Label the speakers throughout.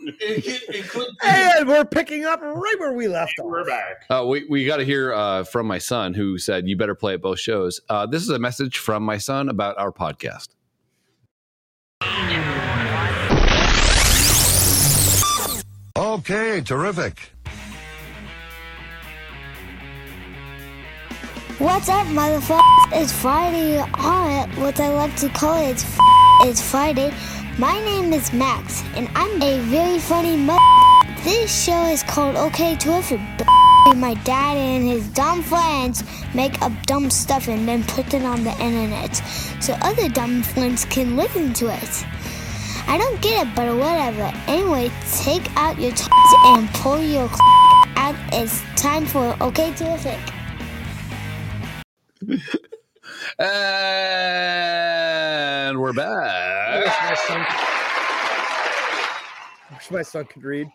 Speaker 1: it, could- it could be.
Speaker 2: And we're picking up right where we left off.
Speaker 1: We're back.
Speaker 3: Uh, we we got to hear uh, from my son who said, You better play at both shows. Uh, this is a message from my son about our podcast.
Speaker 4: Okay, terrific.
Speaker 5: What's up, motherfuckers? It's Friday, or what I like to call it, it's, it's Friday. My name is Max, and I'm a very funny mother. This show is called Okay Terrific. b- My dad and his dumb friends make up dumb stuff and then put it on the internet so other dumb friends can listen to it. I don't get it, but whatever. Anyway, take out your t- and pull your c- out. It's time for Okay Terrific.
Speaker 3: And we're
Speaker 2: I wish
Speaker 3: back.
Speaker 2: my son, I wish my son could read.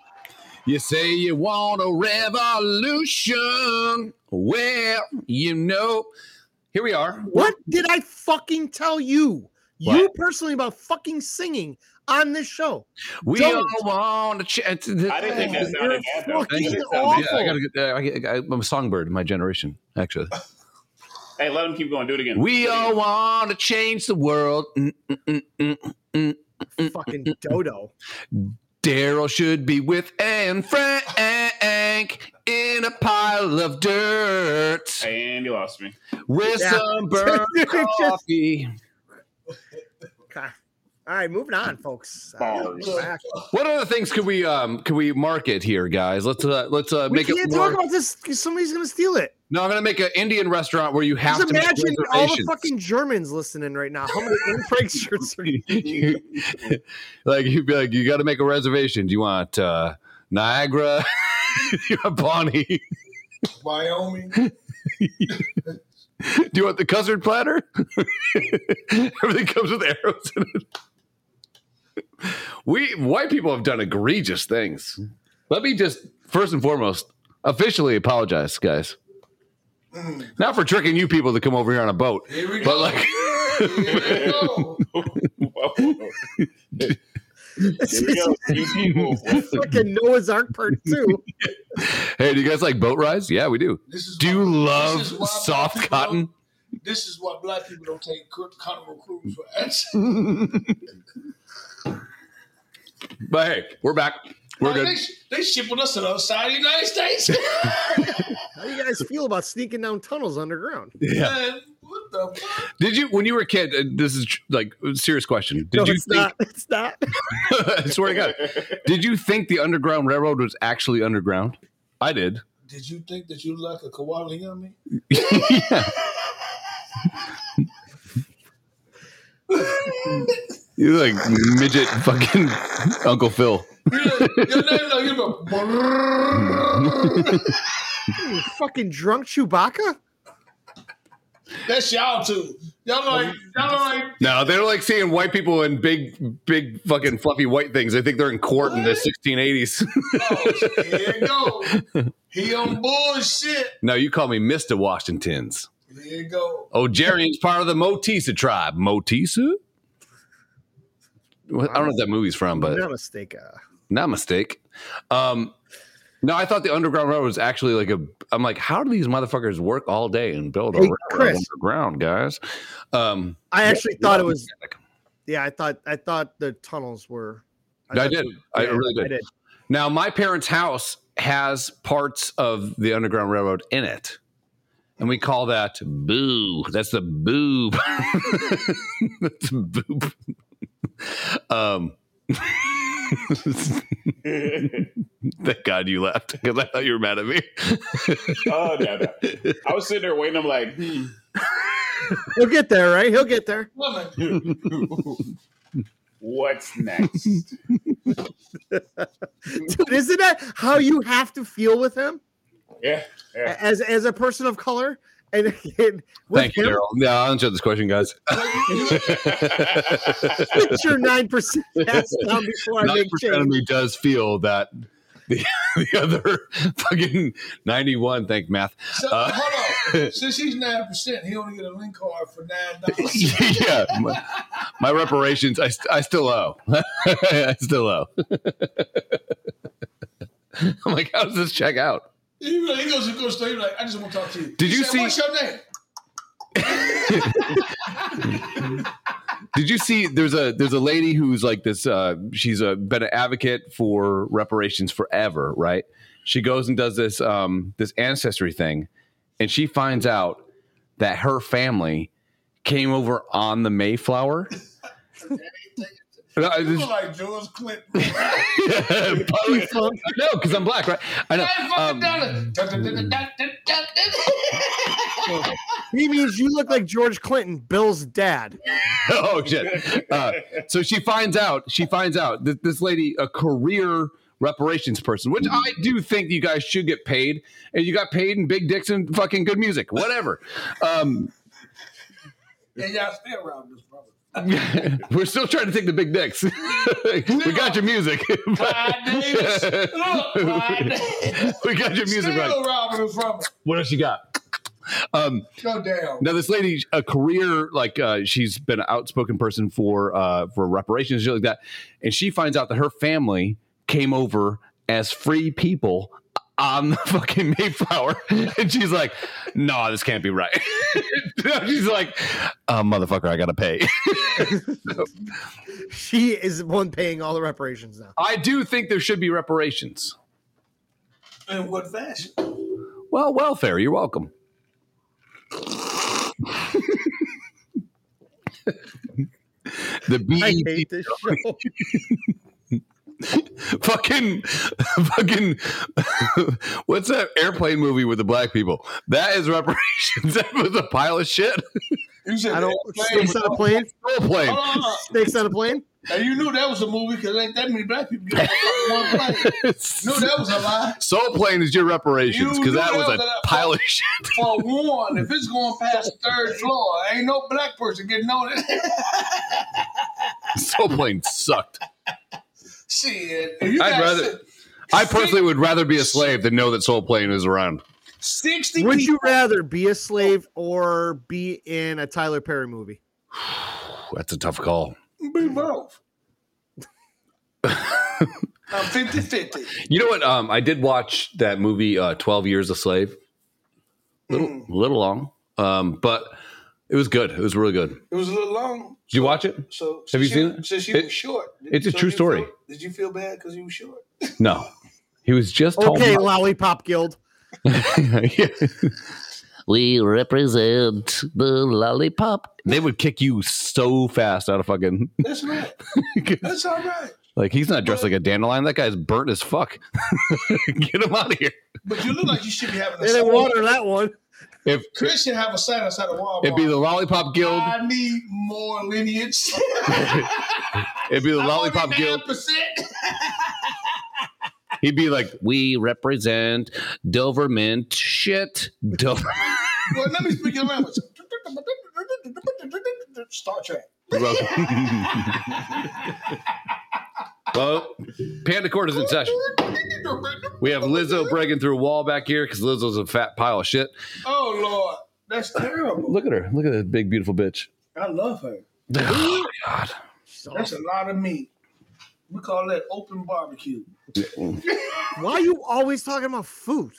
Speaker 3: You say you want a revolution. Well, you know. Here we are.
Speaker 2: What did I fucking tell you? You
Speaker 3: What?
Speaker 2: personally about fucking singing on this show.
Speaker 3: We
Speaker 2: Don't.
Speaker 3: all want a chance.
Speaker 1: I didn't think that
Speaker 2: that's-
Speaker 1: sounded
Speaker 2: You're
Speaker 1: bad though.
Speaker 3: Thank
Speaker 2: fucking
Speaker 3: you.
Speaker 1: It
Speaker 3: Yeah,
Speaker 1: sounded-
Speaker 2: awful.
Speaker 3: I gotta get, uh, I get- I, I'm a songbird in my generation, actually.
Speaker 1: Hey, let him keep going. Do it again.
Speaker 3: we all want to change the world. Mm, mm, mm, mm.
Speaker 2: Fucking dodo.
Speaker 3: Daryl should be with Anne Frank in a pile of dirt
Speaker 1: And you lost me.
Speaker 3: with
Speaker 2: Yeah.
Speaker 3: some burnt
Speaker 2: It just-
Speaker 3: coffee.
Speaker 2: God. All right, moving on, folks. Uh,
Speaker 1: Bars.
Speaker 2: back.
Speaker 3: What other things could we um could we market here, guys? Let's uh, let's uh,
Speaker 2: we
Speaker 3: make it
Speaker 2: can't
Speaker 3: more.
Speaker 2: talk about this 'cause somebody's gonna steal it.
Speaker 3: no, I'm gonna make an Indian restaurant where you have
Speaker 2: Just
Speaker 3: to make
Speaker 2: imagine all the
Speaker 3: reservations.
Speaker 2: fucking Germans listening right now. How many Infrank shirts are you?
Speaker 3: like you'd be like, you got to make a reservation. Do you want uh, Niagara? Do you want Bonnie? Do
Speaker 6: Wyoming.
Speaker 3: you want the custard platter? Everything comes with arrows in it. We white people have done egregious things. Let me just first and foremost officially apologize, guys. Not for tricking you people to come over here on a boat,
Speaker 6: Here we
Speaker 3: but
Speaker 6: go.
Speaker 3: like.
Speaker 6: Here we go.
Speaker 1: Whoa.
Speaker 2: This
Speaker 1: Here we
Speaker 2: is
Speaker 1: go. You people.
Speaker 2: fucking Noah's Ark part two.
Speaker 3: Hey, do you guys like boat rides? Yeah, we do.
Speaker 6: This is
Speaker 3: Do you
Speaker 6: why-
Speaker 3: love
Speaker 6: this is why black
Speaker 3: soft
Speaker 6: people
Speaker 3: cotton?
Speaker 6: don't- This is why black people don't take Cur- Carnival Cruise for us.
Speaker 3: But hey, we're back. We're
Speaker 6: Like,
Speaker 3: good.
Speaker 6: They, they shipping us to the other side of the United States.
Speaker 2: How do you guys feel about sneaking down tunnels underground?
Speaker 3: Yeah.
Speaker 6: Man, what the fuck?
Speaker 3: Did you, when you were a kid, uh, this is tr- like a serious question. Did
Speaker 2: no,
Speaker 3: you
Speaker 2: it's
Speaker 3: think,
Speaker 2: not. It's not.
Speaker 3: I swear to God, did you think the Underground Railroad was actually underground? I did.
Speaker 6: Did you think that you look like a koala yummy?
Speaker 3: yeah. You're like midget fucking Uncle Phil.
Speaker 6: Your name like you know,
Speaker 2: You fucking drunk Chewbacca?
Speaker 6: That's y'all too. Y'all like y'all like
Speaker 3: No, they're like seeing white people in big, big fucking fluffy white things. They think they're in court in the 1680s.
Speaker 6: oh, here you go. He on bullshit.
Speaker 3: no, you call me Mr. Washington's.
Speaker 6: Here you go.
Speaker 3: Oh, Jerry's part of the Motisa tribe. Motisa? Well, I don't know what that movie's from, but
Speaker 2: no mistake. Uh,
Speaker 3: not mistake. Um, no, I thought the Underground Railroad was actually like a. I'm like, how do these motherfuckers work all day and build a
Speaker 2: Hey,
Speaker 3: railroad
Speaker 2: Chris.
Speaker 3: underground, guys? Um,
Speaker 2: I actually thought it was. Yeah, I thought I thought the tunnels were.
Speaker 3: I,
Speaker 2: thought-
Speaker 3: did. I
Speaker 2: yeah,
Speaker 3: really did. Now, my parents' house has parts of the Underground Railroad in it. And we call that boo. That's the boob. That's boob. Um, thank God you left because I thought you were mad at me.
Speaker 1: Oh, no, no. I was sitting there waiting. I'm like, hmm.
Speaker 2: He'll get there, right? He'll get there.
Speaker 6: Woman.
Speaker 1: what's next?
Speaker 2: Dude, isn't that how you have to feel with him
Speaker 1: Yeah. yeah.
Speaker 2: as as a person of color? And, and with
Speaker 3: Thank you,
Speaker 2: him,
Speaker 3: Daryl. No, I'll answer this question, guys.
Speaker 2: picture nine percent passed down before I
Speaker 3: Nine
Speaker 2: make
Speaker 3: percent of
Speaker 2: change.
Speaker 3: me does feel that the, the other fucking ninety-one. Thank math.
Speaker 6: So,
Speaker 3: Uh,
Speaker 6: hold on. Since he's nine percent, he only get a link card for nine dollars.
Speaker 3: yeah, my, my reparations. I, st- I still owe. I still owe. I'm like, how does this check out?
Speaker 6: He, really- he goes, he goes straight like, I just want to talk to you.
Speaker 3: Did
Speaker 6: He
Speaker 3: you
Speaker 6: said,
Speaker 3: see-
Speaker 6: What's your name?
Speaker 3: Did you see? There's a there's a lady who's like this. Uh, she's a, been an advocate for reparations forever, right? She goes and does this um, this ancestry thing, and she finds out that her family came over on the Mayflower. And I
Speaker 6: You
Speaker 3: just-
Speaker 6: look like George Clinton. I
Speaker 3: Probably- no, because I'm black, right? I know.
Speaker 6: fucking
Speaker 3: Um,
Speaker 6: done it. Dun, dun, dun, dun, dun, dun, dun, dun.
Speaker 2: He means you look like George Clinton, Bill's dad.
Speaker 3: oh shit! Uh, so she finds out. She finds out that this lady, a career reparations person, which I do think you guys should get paid, and you got paid in big dicks and fucking good music, whatever. Um,
Speaker 6: And y'all stay around this brother.
Speaker 3: we're still trying to take the big dicks. we got your music.
Speaker 6: Clyde Davis. Look, Clyde Davis.
Speaker 3: we got your music
Speaker 6: Still
Speaker 3: right.
Speaker 6: robbing him from it.
Speaker 3: What else you got? Um,
Speaker 6: Go down.
Speaker 3: Now, this lady, a career like uh, she's been an outspoken person for uh, for reparations, shit like that, and she finds out that her family came over as free people on the fucking Mayflower, and she's like, "No, this can't be right." she's like, uh, "Motherfucker, I gotta pay."
Speaker 2: She is the one paying all the reparations now.
Speaker 3: I do think there should be reparations.
Speaker 6: In what fashion?
Speaker 3: Well, welfare, you're welcome. the E
Speaker 2: I
Speaker 3: BET
Speaker 2: hate this show.
Speaker 3: fucking fucking what's that airplane movie with the black people that is reparations that was a pile of shit
Speaker 6: You said
Speaker 2: I don't.
Speaker 6: Hey,
Speaker 2: Snakes on a plane.
Speaker 3: airplane
Speaker 6: hold on, hold on.
Speaker 2: Snakes on a plane.
Speaker 6: And Uh-huh. you knew that was a movie because ain't that many black people get on one plane. No, that was a lie.
Speaker 3: soul plane is your reparations
Speaker 6: You
Speaker 3: because
Speaker 6: knew
Speaker 3: that
Speaker 6: that
Speaker 3: was
Speaker 6: was
Speaker 3: a
Speaker 6: a-
Speaker 3: pile of shit
Speaker 6: For one, if it's going past the third floor, ain't no black person getting on it.
Speaker 3: soul plane sucked
Speaker 6: Shit. If you
Speaker 3: I'd
Speaker 6: got
Speaker 3: rather-
Speaker 6: si-
Speaker 3: i personally would rather be a slave than know that soul plane is around
Speaker 6: 60
Speaker 2: Would
Speaker 6: people.
Speaker 2: you rather be a slave or be in a Tyler Perry movie?
Speaker 3: that's a tough call
Speaker 6: Be both. I'm 50 50.
Speaker 3: you know what um i did watch that movie uh 12 years a slave little
Speaker 6: Mm.
Speaker 3: little long um but it was good it was really good did
Speaker 6: It was a little long.
Speaker 3: you watch it
Speaker 6: So
Speaker 3: Have you
Speaker 6: since
Speaker 3: seen it?
Speaker 6: Since you
Speaker 3: It-
Speaker 6: were short.
Speaker 3: it's a
Speaker 6: so
Speaker 3: true
Speaker 6: you
Speaker 3: story.
Speaker 6: feel- did you feel bad because you were short?
Speaker 3: No, he was just
Speaker 2: Okay, Lollipop Guild.
Speaker 3: we represent the lollipop. They would kick you so fast out of fucking.
Speaker 6: That's right. That's all right.
Speaker 3: like he's not dressed like a dandelion. That guy's burnt as fuck. Get him out of here.
Speaker 6: But you look like you should be having
Speaker 2: They
Speaker 6: a
Speaker 2: didn't water that one.
Speaker 3: If
Speaker 6: Chris should have a sign outside the Walmart.
Speaker 3: it'd be the lollipop guild,
Speaker 6: I need more lineage.
Speaker 3: it'd be the lollipop guild.
Speaker 6: percent
Speaker 3: He'd be like, "We represent Doverman shit." Dover.
Speaker 6: Well, let me speak your language. Star Trek.
Speaker 3: well, Panda Court is in session. We have Lizzo breaking through a wall back here because Lizzo's a fat pile of shit.
Speaker 6: Oh Lord, that's terrible.
Speaker 3: Look at her. Look at that big, beautiful bitch.
Speaker 6: I love her.
Speaker 3: Oh, God.
Speaker 6: That's a lot of meat. We call that open barbecue.
Speaker 2: Why are you always talking about food?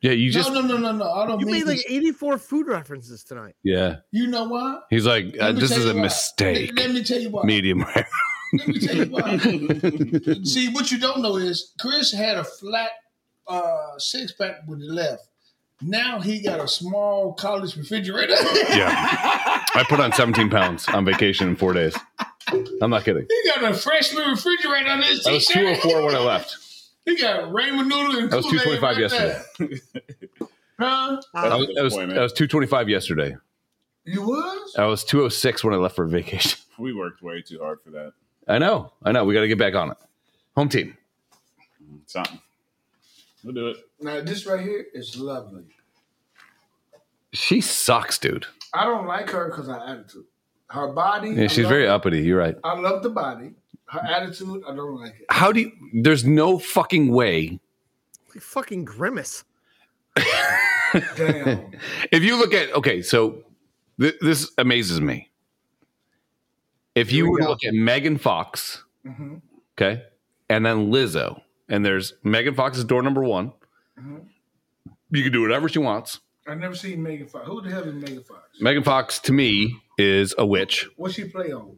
Speaker 3: Yeah, you just.
Speaker 6: no, no, no, no, no. I don't
Speaker 2: You
Speaker 6: mean.
Speaker 2: made like
Speaker 6: this.
Speaker 2: 84 food references tonight.
Speaker 3: Yeah.
Speaker 6: you know why?
Speaker 3: He's like, uh,
Speaker 6: Let me
Speaker 3: this
Speaker 6: tell
Speaker 3: is
Speaker 6: you
Speaker 3: a
Speaker 6: why.
Speaker 3: mistake.
Speaker 6: Let, let me tell you why.
Speaker 3: Medium rare.
Speaker 6: Let me tell you why. See, what you don't know is Chris had a flat uh, six pack when he left. Now he got a small college refrigerator.
Speaker 3: Yeah. I put on 17 pounds on vacation in four days. I'm not kidding.
Speaker 6: he got a freshman refrigerator on his
Speaker 3: I was
Speaker 6: t-shirt.
Speaker 3: 204 when I left.
Speaker 6: He got ramen noodle and
Speaker 3: I was
Speaker 6: Kool-Aid
Speaker 3: 225
Speaker 6: right there. huh?
Speaker 1: That's
Speaker 3: I was,
Speaker 1: a
Speaker 3: I
Speaker 1: good
Speaker 3: was,
Speaker 1: point,
Speaker 3: I
Speaker 1: man.
Speaker 3: was 225 yesterday.
Speaker 6: You was?
Speaker 3: I was 206 when I left for vacation.
Speaker 1: We worked way too hard for that.
Speaker 3: I know. I know. We got to get back on it. Home team.
Speaker 1: Something. We'll do it.
Speaker 6: Now this right here is lovely.
Speaker 3: She sucks, dude.
Speaker 6: I don't like her because her attitude. Her body.
Speaker 3: Yeah,
Speaker 6: I
Speaker 3: she's
Speaker 6: love-
Speaker 3: very uppity. You're right.
Speaker 6: I love the body. Her attitude, I don't like it.
Speaker 3: How do you? There's no fucking way.
Speaker 2: Like fucking grimace.
Speaker 6: Damn.
Speaker 3: If you look at okay, so th- this amazes me. If you
Speaker 6: we
Speaker 3: were to
Speaker 6: go.
Speaker 3: look at Megan Fox,
Speaker 6: Mhm.
Speaker 3: okay, and then Lizzo, and there's Megan Fox's door number one.
Speaker 6: Mm-hmm.
Speaker 3: You can do whatever she wants.
Speaker 6: I never seen Megan Fox. Who the hell is Megan Fox?
Speaker 3: Megan Fox to me is a witch.
Speaker 6: What she play on?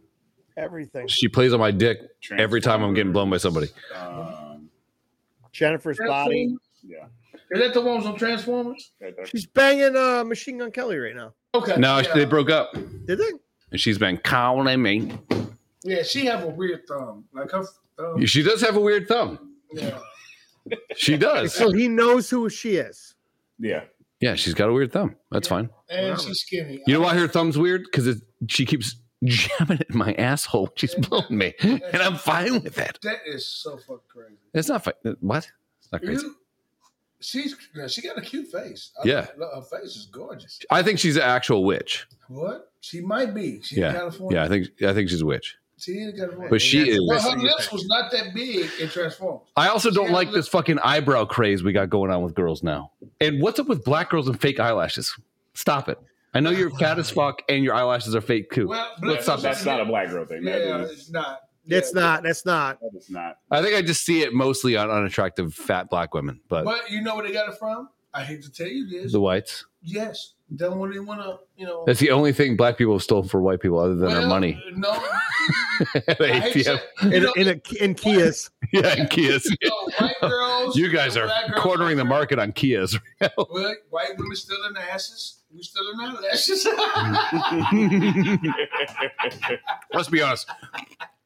Speaker 2: Everything.
Speaker 3: She plays on my dick every time I'm getting blown by somebody.
Speaker 1: Um,
Speaker 2: Jennifer's body.
Speaker 1: yeah.
Speaker 6: Is that the ones on Transformers?
Speaker 1: Right there.
Speaker 2: She's banging uh, Machine Gun Kelly right now.
Speaker 6: Okay.
Speaker 3: No,
Speaker 6: yeah.
Speaker 3: they broke up,
Speaker 2: Did they?
Speaker 3: and she's been calling me.
Speaker 6: Yeah, she have a weird thumb. Like her thumb.
Speaker 3: She does have a weird thumb.
Speaker 6: Yeah.
Speaker 3: She does.
Speaker 2: So he knows who she is.
Speaker 1: Yeah.
Speaker 3: Yeah, she's got a weird thumb. That's fine.
Speaker 6: And she's skinny.
Speaker 3: You know why her thumb's weird? Because she keeps jamming at my asshole. She's blowing me, and I'm fine with it.
Speaker 6: That is so fucking crazy.
Speaker 3: It's not fine. What? It's not crazy.
Speaker 6: You, she's now, she got a cute face.
Speaker 3: Yeah.
Speaker 6: love- her face is gorgeous.
Speaker 3: I think she's an actual witch.
Speaker 6: What? She might be. She's in
Speaker 3: Yeah,
Speaker 6: California.
Speaker 3: yeah. I think I think she's a witch.
Speaker 6: She is in California.
Speaker 3: But she
Speaker 2: That's-
Speaker 3: is.
Speaker 6: well, her lips was not that big in Transformers.
Speaker 3: I also don't
Speaker 6: Yeah,
Speaker 3: like
Speaker 6: look-
Speaker 3: this fucking eyebrow craze we got going on with girls now. And what's up with black girls and fake eyelashes? Stop it. I know you're fat as fuck and your eyelashes are fake too.
Speaker 6: Well,
Speaker 3: What's up?
Speaker 1: That's not a black girl thing. That
Speaker 6: Yeah,
Speaker 1: is-
Speaker 6: it's not.
Speaker 2: It's
Speaker 6: Yeah.
Speaker 2: not. That's not.
Speaker 1: that is not.
Speaker 3: I think I just see it mostly on unattractive fat black women, but,
Speaker 6: But you know where they got it from? I hate to tell you this.
Speaker 3: the whites.
Speaker 6: yes, don't really want to. You know.
Speaker 3: That's the only thing black people have stolen for white people other than our
Speaker 6: Well,
Speaker 3: money.
Speaker 6: No.
Speaker 3: At
Speaker 6: I hate to
Speaker 3: 8
Speaker 6: say-
Speaker 3: p.m.
Speaker 6: you
Speaker 2: In,
Speaker 6: know,
Speaker 2: in, a, in Kias.
Speaker 3: Yeah, and Kias.
Speaker 6: you know, white girls.
Speaker 3: You guys are
Speaker 6: black girls-
Speaker 3: cornering the market on Kias.
Speaker 6: Well, white women still in the asses. We still in our lashes.
Speaker 3: Let's be honest.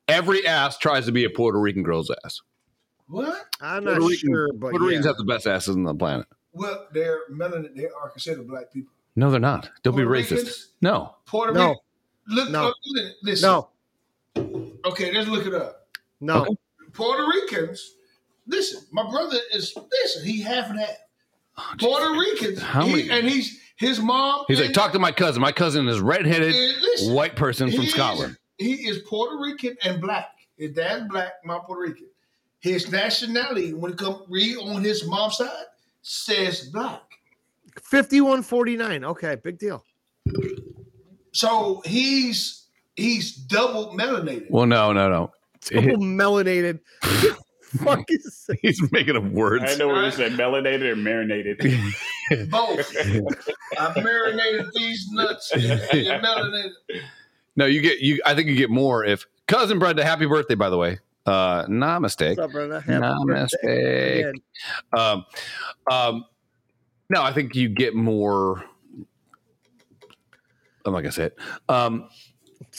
Speaker 3: Every ass tries to be a Puerto Rican girl's ass.
Speaker 6: what?
Speaker 2: I'm
Speaker 3: Puerto
Speaker 2: not
Speaker 3: Rican-
Speaker 2: sure, but
Speaker 3: Puerto Ricans
Speaker 2: yeah.
Speaker 3: have the best asses on the planet.
Speaker 6: Well, they're melanin. They are considered black people.
Speaker 3: No, they're not. Don't be
Speaker 6: Puerto
Speaker 3: racist.
Speaker 6: Ricans?
Speaker 3: No.
Speaker 6: Puerto
Speaker 2: No.
Speaker 6: Rican. Look,
Speaker 2: No.
Speaker 6: uh, li- listen.
Speaker 2: no,
Speaker 6: Okay, let's look it up.
Speaker 2: no.
Speaker 3: Okay.
Speaker 6: Puerto Ricans. Listen, my brother is listen. He half and half. Puerto Ricans.
Speaker 3: Oh, How
Speaker 6: he-
Speaker 3: many-
Speaker 6: and he's his mom.
Speaker 3: He's like,
Speaker 6: and-
Speaker 3: talk to my cousin. My cousin is redheaded
Speaker 6: and listen,
Speaker 3: white person
Speaker 6: he
Speaker 3: from
Speaker 6: is-
Speaker 3: Scotland.
Speaker 6: he is Puerto Rican and black. His dad's black, my Puerto Rican. His nationality, when it comes read on his mom's side, says black.
Speaker 2: 5149. Okay, big deal.
Speaker 6: So he's he's double melanated.
Speaker 3: Well, no, no, no.
Speaker 2: Double melanated. Fuck is this?
Speaker 3: He's making up
Speaker 1: I
Speaker 3: words.
Speaker 1: know where you said melanated or marinated.
Speaker 6: Both. I marinated these nuts. and they're melanated.
Speaker 3: No, you get you. I think you get more if cousin Brenda. Happy birthday, by the way. Uh, namaste.
Speaker 2: What's up, brother? Happy birthday
Speaker 3: Namaste.
Speaker 2: again.
Speaker 3: Um, um, no, I think you get more. I'm not gonna say it. Um,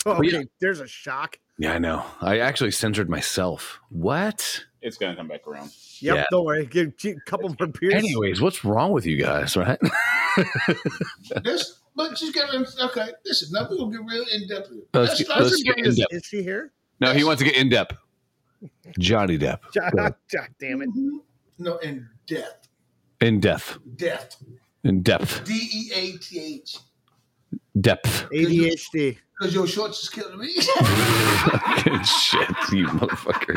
Speaker 2: Okay,
Speaker 3: yeah.
Speaker 2: there's a shock.
Speaker 3: yeah, I know. I actually censored myself. What?
Speaker 1: It's gonna come back around.
Speaker 2: Yep,
Speaker 3: Yeah.
Speaker 2: don't worry. Give a couple more beers.
Speaker 3: Anyways, what's wrong with you guys? Right?
Speaker 6: This, but she's got okay. Listen, now we're gonna get real in depth. here.
Speaker 3: Let's
Speaker 6: That's
Speaker 3: get-
Speaker 6: not-
Speaker 3: let's
Speaker 2: Cousin
Speaker 3: get
Speaker 2: Brenda's-
Speaker 3: in depth.
Speaker 2: Is she here?
Speaker 3: no, he wants to get in depth. Johnny Depp.
Speaker 2: God, God damn it.
Speaker 6: no in depth.
Speaker 3: In depth.
Speaker 6: Depth.
Speaker 3: In depth.
Speaker 6: D E A T H.
Speaker 3: Depth.
Speaker 2: ADHD.
Speaker 6: Because your shorts is killing me.
Speaker 3: Good shit, you motherfucker.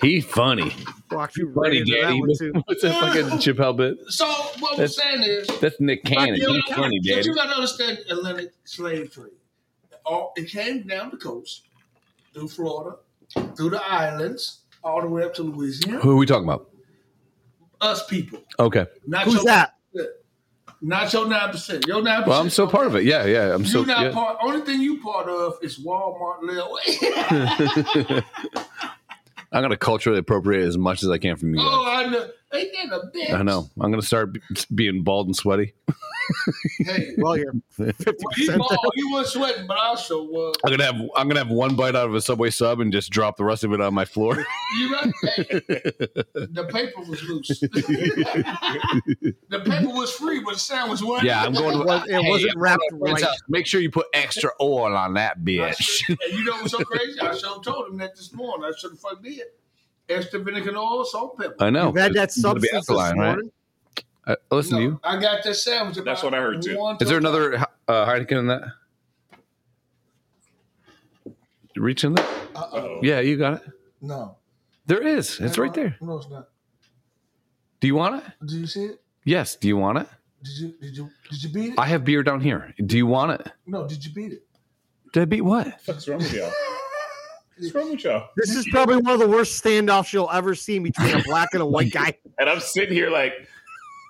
Speaker 3: He funny.
Speaker 2: Walked you right
Speaker 3: Funny
Speaker 2: into that
Speaker 3: daddy.
Speaker 2: one too.
Speaker 3: What's that fucking Chappelle bit?
Speaker 6: so what I'm
Speaker 3: That's-
Speaker 6: saying is
Speaker 3: That's Nick Cannon.
Speaker 6: You
Speaker 3: He
Speaker 6: know,
Speaker 3: funny
Speaker 6: But
Speaker 3: daddy.
Speaker 6: you gotta understand Atlantic slave trade. All it came down the coast, through Florida, through the islands, all the way up to Louisiana.
Speaker 3: Who are we talking about?
Speaker 6: Us people.
Speaker 3: Okay.
Speaker 6: Not
Speaker 2: Who's
Speaker 6: your,
Speaker 2: that?
Speaker 6: Not your nine percent. Your nine percent.
Speaker 3: Well, I'm still part of it. Yeah, yeah. I'm
Speaker 6: You
Speaker 3: still.
Speaker 6: not
Speaker 3: Yeah.
Speaker 6: part. Only thing you part of is Walmart Lil.
Speaker 3: I'm gonna culturally appropriate as much as I can from you
Speaker 6: oh,
Speaker 3: guys.
Speaker 6: I know. Ain't that a bitch?
Speaker 3: I know. I'm gonna start b- being bald and sweaty.
Speaker 6: Hey,
Speaker 2: Well, you're 50%
Speaker 6: he,
Speaker 2: there.
Speaker 6: bald. he was sweating, but I also was.
Speaker 3: I'm gonna have. I'm gonna have one bite out of a Subway sub and just drop the rest of it on my floor.
Speaker 6: You right? Hey, the paper was loose. the paper was free, but the sandwich wasn't.
Speaker 3: Yeah, I'm going
Speaker 2: It,
Speaker 3: to.
Speaker 2: was, it wasn't wrapped right.
Speaker 3: Make sure you put extra oil on that
Speaker 6: I
Speaker 3: bitch.
Speaker 6: should- and you know what's so crazy? I should have told him that this morning. I should have fucking did. Extra vinegar and oil, salt, pepper.
Speaker 3: I know.
Speaker 2: You had that
Speaker 3: It's gonna be
Speaker 2: substance this
Speaker 3: alkaline, right?
Speaker 2: morning.
Speaker 3: Uh, listen
Speaker 6: No,
Speaker 3: to you.
Speaker 6: I got that sandwich. about
Speaker 1: That's what I heard, too.
Speaker 6: one
Speaker 3: Is
Speaker 6: to-
Speaker 3: there another uh, Heineken in that? You Reach in there.
Speaker 1: Uh-oh.
Speaker 3: Yeah, you got it.
Speaker 6: No.
Speaker 3: There is. It's
Speaker 6: No,
Speaker 3: right there.
Speaker 6: No, it's not.
Speaker 3: Do you want it?
Speaker 6: Did you see it?
Speaker 3: Yes. Do you want it?
Speaker 6: Did you did you did you beat it?
Speaker 3: I have beer down here. Do you want it?
Speaker 6: no, did you beat it?
Speaker 3: Did I beat what?
Speaker 1: What's wrong with y'all? What's wrong with y'all?
Speaker 2: This is probably one of the worst standoffs you'll ever see between a black and a white guy.
Speaker 1: And I'm sitting here like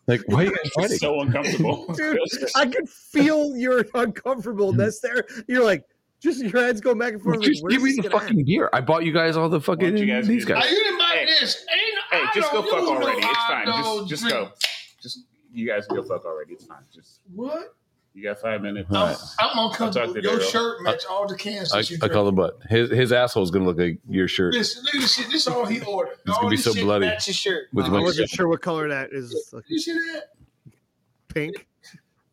Speaker 4: Like, why are you guys
Speaker 1: it's
Speaker 4: fighting?
Speaker 1: so uncomfortable.
Speaker 2: Dude, I can feel your uncomfortableness there. You're like, just your head's going back and forth. Like,
Speaker 3: Mm. Just
Speaker 2: where's
Speaker 3: give me
Speaker 2: this
Speaker 3: the
Speaker 2: gonna
Speaker 3: fucking gear. I bought you guys all the fucking
Speaker 1: you guys
Speaker 3: these
Speaker 1: do-
Speaker 3: guys.
Speaker 6: Now, you didn't buy
Speaker 1: Hey.
Speaker 6: this. Ain't
Speaker 1: hey,
Speaker 6: I
Speaker 1: just go
Speaker 6: don't
Speaker 1: fuck
Speaker 6: use no
Speaker 1: already. It's fine.
Speaker 6: hot
Speaker 1: Just just
Speaker 6: dog
Speaker 1: go.
Speaker 6: drink.
Speaker 1: Just you guys go fuck already. It's fine. Just
Speaker 6: What?
Speaker 1: you got five minutes.
Speaker 4: All right.
Speaker 6: I'm uncomfortable.
Speaker 1: I'll talk to
Speaker 6: Your
Speaker 1: Daryl.
Speaker 6: shirt match all the cans
Speaker 4: I,
Speaker 6: that you
Speaker 4: I
Speaker 6: drink.
Speaker 4: call him butt. His his asshole's gonna look like your shirt.
Speaker 6: Listen, look at this shit. This is all he ordered.
Speaker 4: It's
Speaker 6: all
Speaker 4: gonna be
Speaker 6: this
Speaker 4: so
Speaker 6: shit
Speaker 4: bloody.
Speaker 6: match his shirt.
Speaker 4: With
Speaker 2: happen? I wasn't sure what color that is. Like
Speaker 6: You see that?
Speaker 2: pink.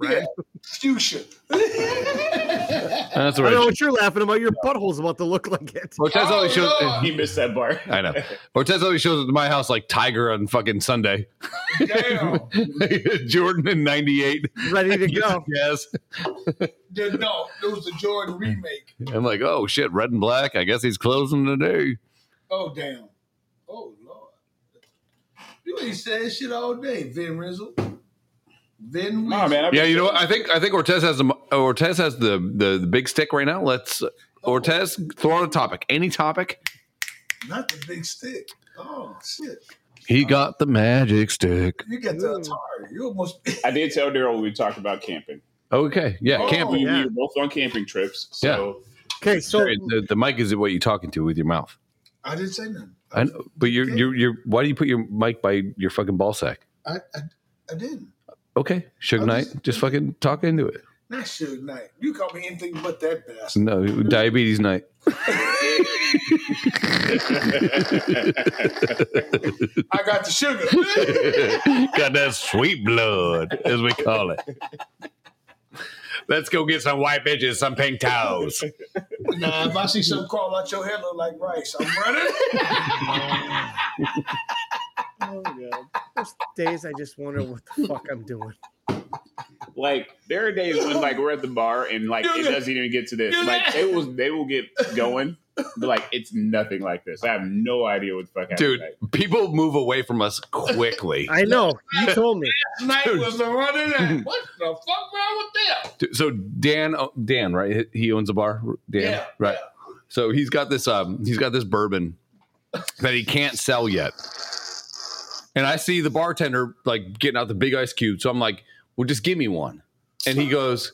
Speaker 6: Yeah. Fuchsia.
Speaker 4: That's
Speaker 2: I don't know
Speaker 4: right.
Speaker 2: what you're laughing about. Your butthole's about to look like it.
Speaker 3: Ortez always shows.
Speaker 6: Oh, Lord.
Speaker 1: He missed that bar.
Speaker 3: I know. Ortez always shows up to my house like Tiger on fucking Sunday.
Speaker 6: Damn.
Speaker 3: Jordan in '98.
Speaker 2: Ready to go.
Speaker 3: Yes.
Speaker 6: The, no, it was the Jordan remake.
Speaker 3: I'm like, oh shit, red and black. I guess he's closing today.
Speaker 6: Oh damn. Oh lord. You ain't saying shit all day, Vin Rizzle. Vin
Speaker 1: Nah, Oh, man.
Speaker 6: Rizzle.
Speaker 1: I've
Speaker 3: Yeah,
Speaker 1: been-
Speaker 3: you know what? I think I think Ortez has the Ortez has the the, the big stick right now. Let's Ortez throw out a topic, any topic.
Speaker 6: Not the big stick. Oh shit.
Speaker 3: He got the magic stick.
Speaker 6: You got the Atari. You almost
Speaker 1: I did tell Daryl we talked about camping.
Speaker 3: Okay, yeah,
Speaker 6: Oh,
Speaker 3: camping.
Speaker 1: We,
Speaker 2: yeah.
Speaker 1: we were both on camping trips. So
Speaker 2: Okay, so
Speaker 3: Sorry, the, the mic is what you're talking to with your mouth.
Speaker 6: I didn't say nothing.
Speaker 3: I know, but you're you're you're. Why do you put your mic by your fucking ball sack?
Speaker 6: I I, I didn't.
Speaker 3: Okay, Suge
Speaker 6: I'm
Speaker 3: Knight,
Speaker 6: just-
Speaker 3: just fucking talk into it.
Speaker 6: Not Suge Knight. You call me anything but that bastard.
Speaker 3: No, diabetes night.
Speaker 6: I got the sugar.
Speaker 3: Got that sweet blood, as we call it. Let's go get some white bitches, some pink towels.
Speaker 6: nah, if I see something crawl out your head look like rice, I'm running.
Speaker 2: those days I just wonder what the fuck I'm doing.
Speaker 1: like there are days when like we're at the bar and like it doesn't even get to this. Like they will they will get going, but like it's nothing like this. I have no idea what the fuck happened.
Speaker 3: Dude,
Speaker 1: tonight.
Speaker 3: people move away from us quickly.
Speaker 2: I know. You told me.
Speaker 6: Night was the running at. What the fuck wrong with them?
Speaker 3: Dude, So Dan, uh, Dan, right? He owns a bar. Dan,
Speaker 6: Yeah,
Speaker 3: right? So he's got this. Um, he's got this bourbon that he can't sell yet. And I see the bartender like getting out the big ice cube. So I'm like, "Well, just give me one." And he goes,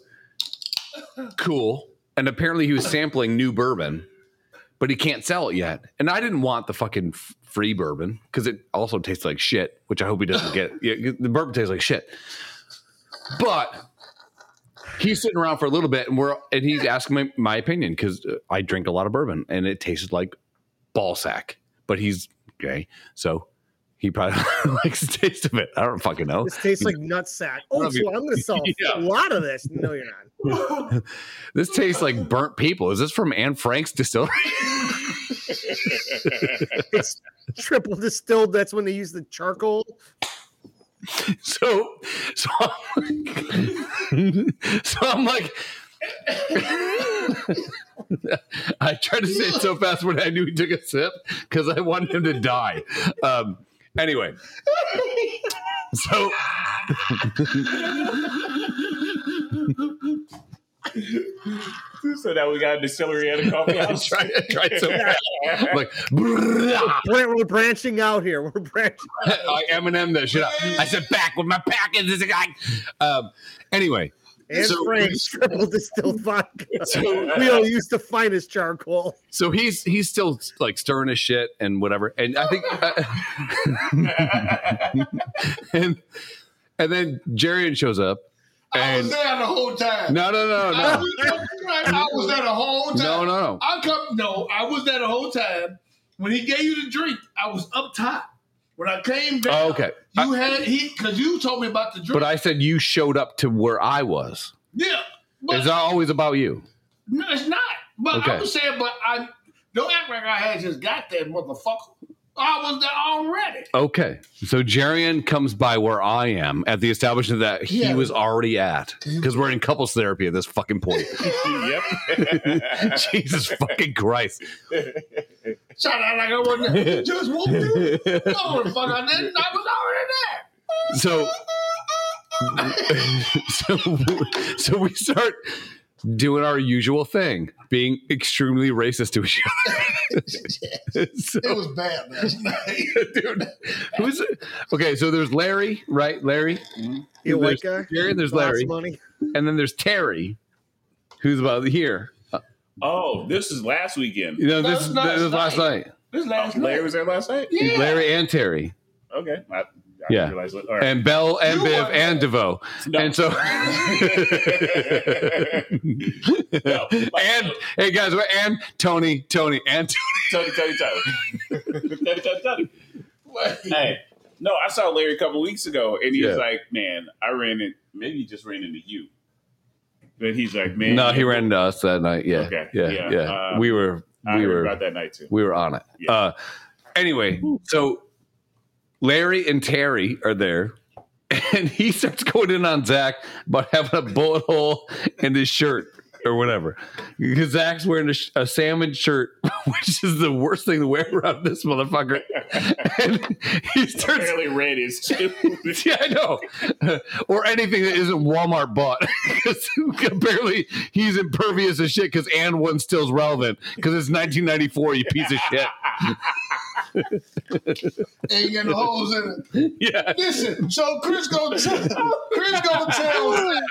Speaker 3: "Cool." And apparently he was sampling new bourbon, but he can't sell it yet. And I didn't want the fucking f- free bourbon because it also tastes like shit, which I hope he doesn't get. Yeah, the bourbon tastes like shit. But he's sitting around for a little bit and we're and he's asking my, my opinion because i drink a lot of bourbon and it tasted like ball sack but he's gay so he probably likes the taste of it i don't fucking know
Speaker 2: This tastes like nutsack. Oh, so I'm going to sell
Speaker 3: Yeah.
Speaker 2: a lot of this. No, you're not.
Speaker 3: this tastes like burnt people is this from anne frank's distillery
Speaker 2: It's triple distilled. That's when they use the charcoal.
Speaker 3: so so I'm like, so i'm like i tried to say it so fast when i knew he took a sip because i wanted him to die um anyway so
Speaker 1: so now we got a distillery at a coffee house.
Speaker 3: tried, tried so fast. I'm like, "Brrrah."
Speaker 2: We're, we're branching out here. We're branching.
Speaker 3: I Eminem that shit up. I said back with my pack is this guy. Um, anyway,
Speaker 2: And
Speaker 3: So-
Speaker 2: Frank's triple distilled vodka.
Speaker 3: So-
Speaker 2: we all use the finest charcoal.
Speaker 3: so he's he's still like stirring his shit and whatever. And I think, uh, and and then Jarian shows up,
Speaker 6: I was
Speaker 3: and
Speaker 6: there the whole time.
Speaker 3: no, no, no,
Speaker 6: Oh, I
Speaker 3: no,
Speaker 6: was I was there the whole time.
Speaker 3: no, no, no.
Speaker 6: I come no, I was there the whole time. When he gave you the drink, I was up top. When I came down,
Speaker 3: Oh, okay,
Speaker 6: you had he because you told me about the drink.
Speaker 3: but I said you showed up to where I was.
Speaker 6: yeah, but
Speaker 3: It's not always about you.
Speaker 6: no, it's not. But
Speaker 3: Okay.
Speaker 6: I was saying, but I don't act like I had just got that motherfucker. I was there already.
Speaker 3: Okay, so Jarian comes by where I am at the establishment that he
Speaker 6: Yeah.
Speaker 3: was already at because we're in couples therapy at this fucking point.
Speaker 1: yep.
Speaker 3: Jesus fucking Christ!
Speaker 6: Shout out like I wasn't there. just whoop you. No, the fuck I didn't. I was already there.
Speaker 3: So, so, so we start. doing our usual thing, being extremely racist to each
Speaker 6: it
Speaker 3: other. So-
Speaker 6: was bad last night.
Speaker 3: dude. Who's okay? So there's Larry, right? Larry,
Speaker 2: You white guy?
Speaker 3: Jerry, and there's
Speaker 2: Lots of
Speaker 3: Larry,
Speaker 2: Money.
Speaker 3: and then there's Terry, who's about here.
Speaker 1: Oh, this is last weekend.
Speaker 3: You know,
Speaker 6: No,
Speaker 3: this
Speaker 6: it's
Speaker 3: is
Speaker 6: not
Speaker 3: this was last night.
Speaker 6: This
Speaker 1: Oh,
Speaker 6: last
Speaker 1: Larry
Speaker 6: night.
Speaker 1: was there last night.
Speaker 6: Yeah.
Speaker 3: Larry and Terry,
Speaker 1: Okay. I, I
Speaker 3: Yeah.
Speaker 1: Realize it. All right.
Speaker 3: and Bell, and
Speaker 6: You
Speaker 3: Viv,
Speaker 6: are-
Speaker 3: and DeVoe,
Speaker 1: No.
Speaker 3: and so.
Speaker 1: No.
Speaker 3: And hey guys, and Tony, Tony, and
Speaker 1: Tony, Tony, Tony. Tony, Tony, Tony.
Speaker 6: Wait.
Speaker 1: Hey, no, I saw Larry a couple weeks ago, and he was
Speaker 3: Yeah.
Speaker 1: like, "Man, I ran in. Maybe he just ran into you." But he's like, "Man,
Speaker 3: no, he ran into us that night. Yeah,
Speaker 1: Okay,
Speaker 3: yeah,
Speaker 1: yeah,
Speaker 3: yeah.
Speaker 1: uh,
Speaker 3: we were,
Speaker 1: I
Speaker 3: we
Speaker 1: heard
Speaker 3: were,
Speaker 1: about that night too.
Speaker 3: we were on it.
Speaker 1: Yeah.
Speaker 3: Uh, anyway, so Larry and Terry are there, and he starts going in on Zach about having a bullet hole in his shirt or whatever, because Zach's wearing a, sh- a salmon shirt, which is the worst thing to wear around this motherfucker, and he starts
Speaker 1: Apparently, red is too.
Speaker 3: yeah, I know. or anything that isn't Walmart bought. 'Cause apparently he's impervious as shit because and one still's relevant because it's 1994, you piece of shit.
Speaker 6: Ain't got no holes in it.
Speaker 3: Yeah.
Speaker 6: Listen, so Chris gonna tell Chris gonna tell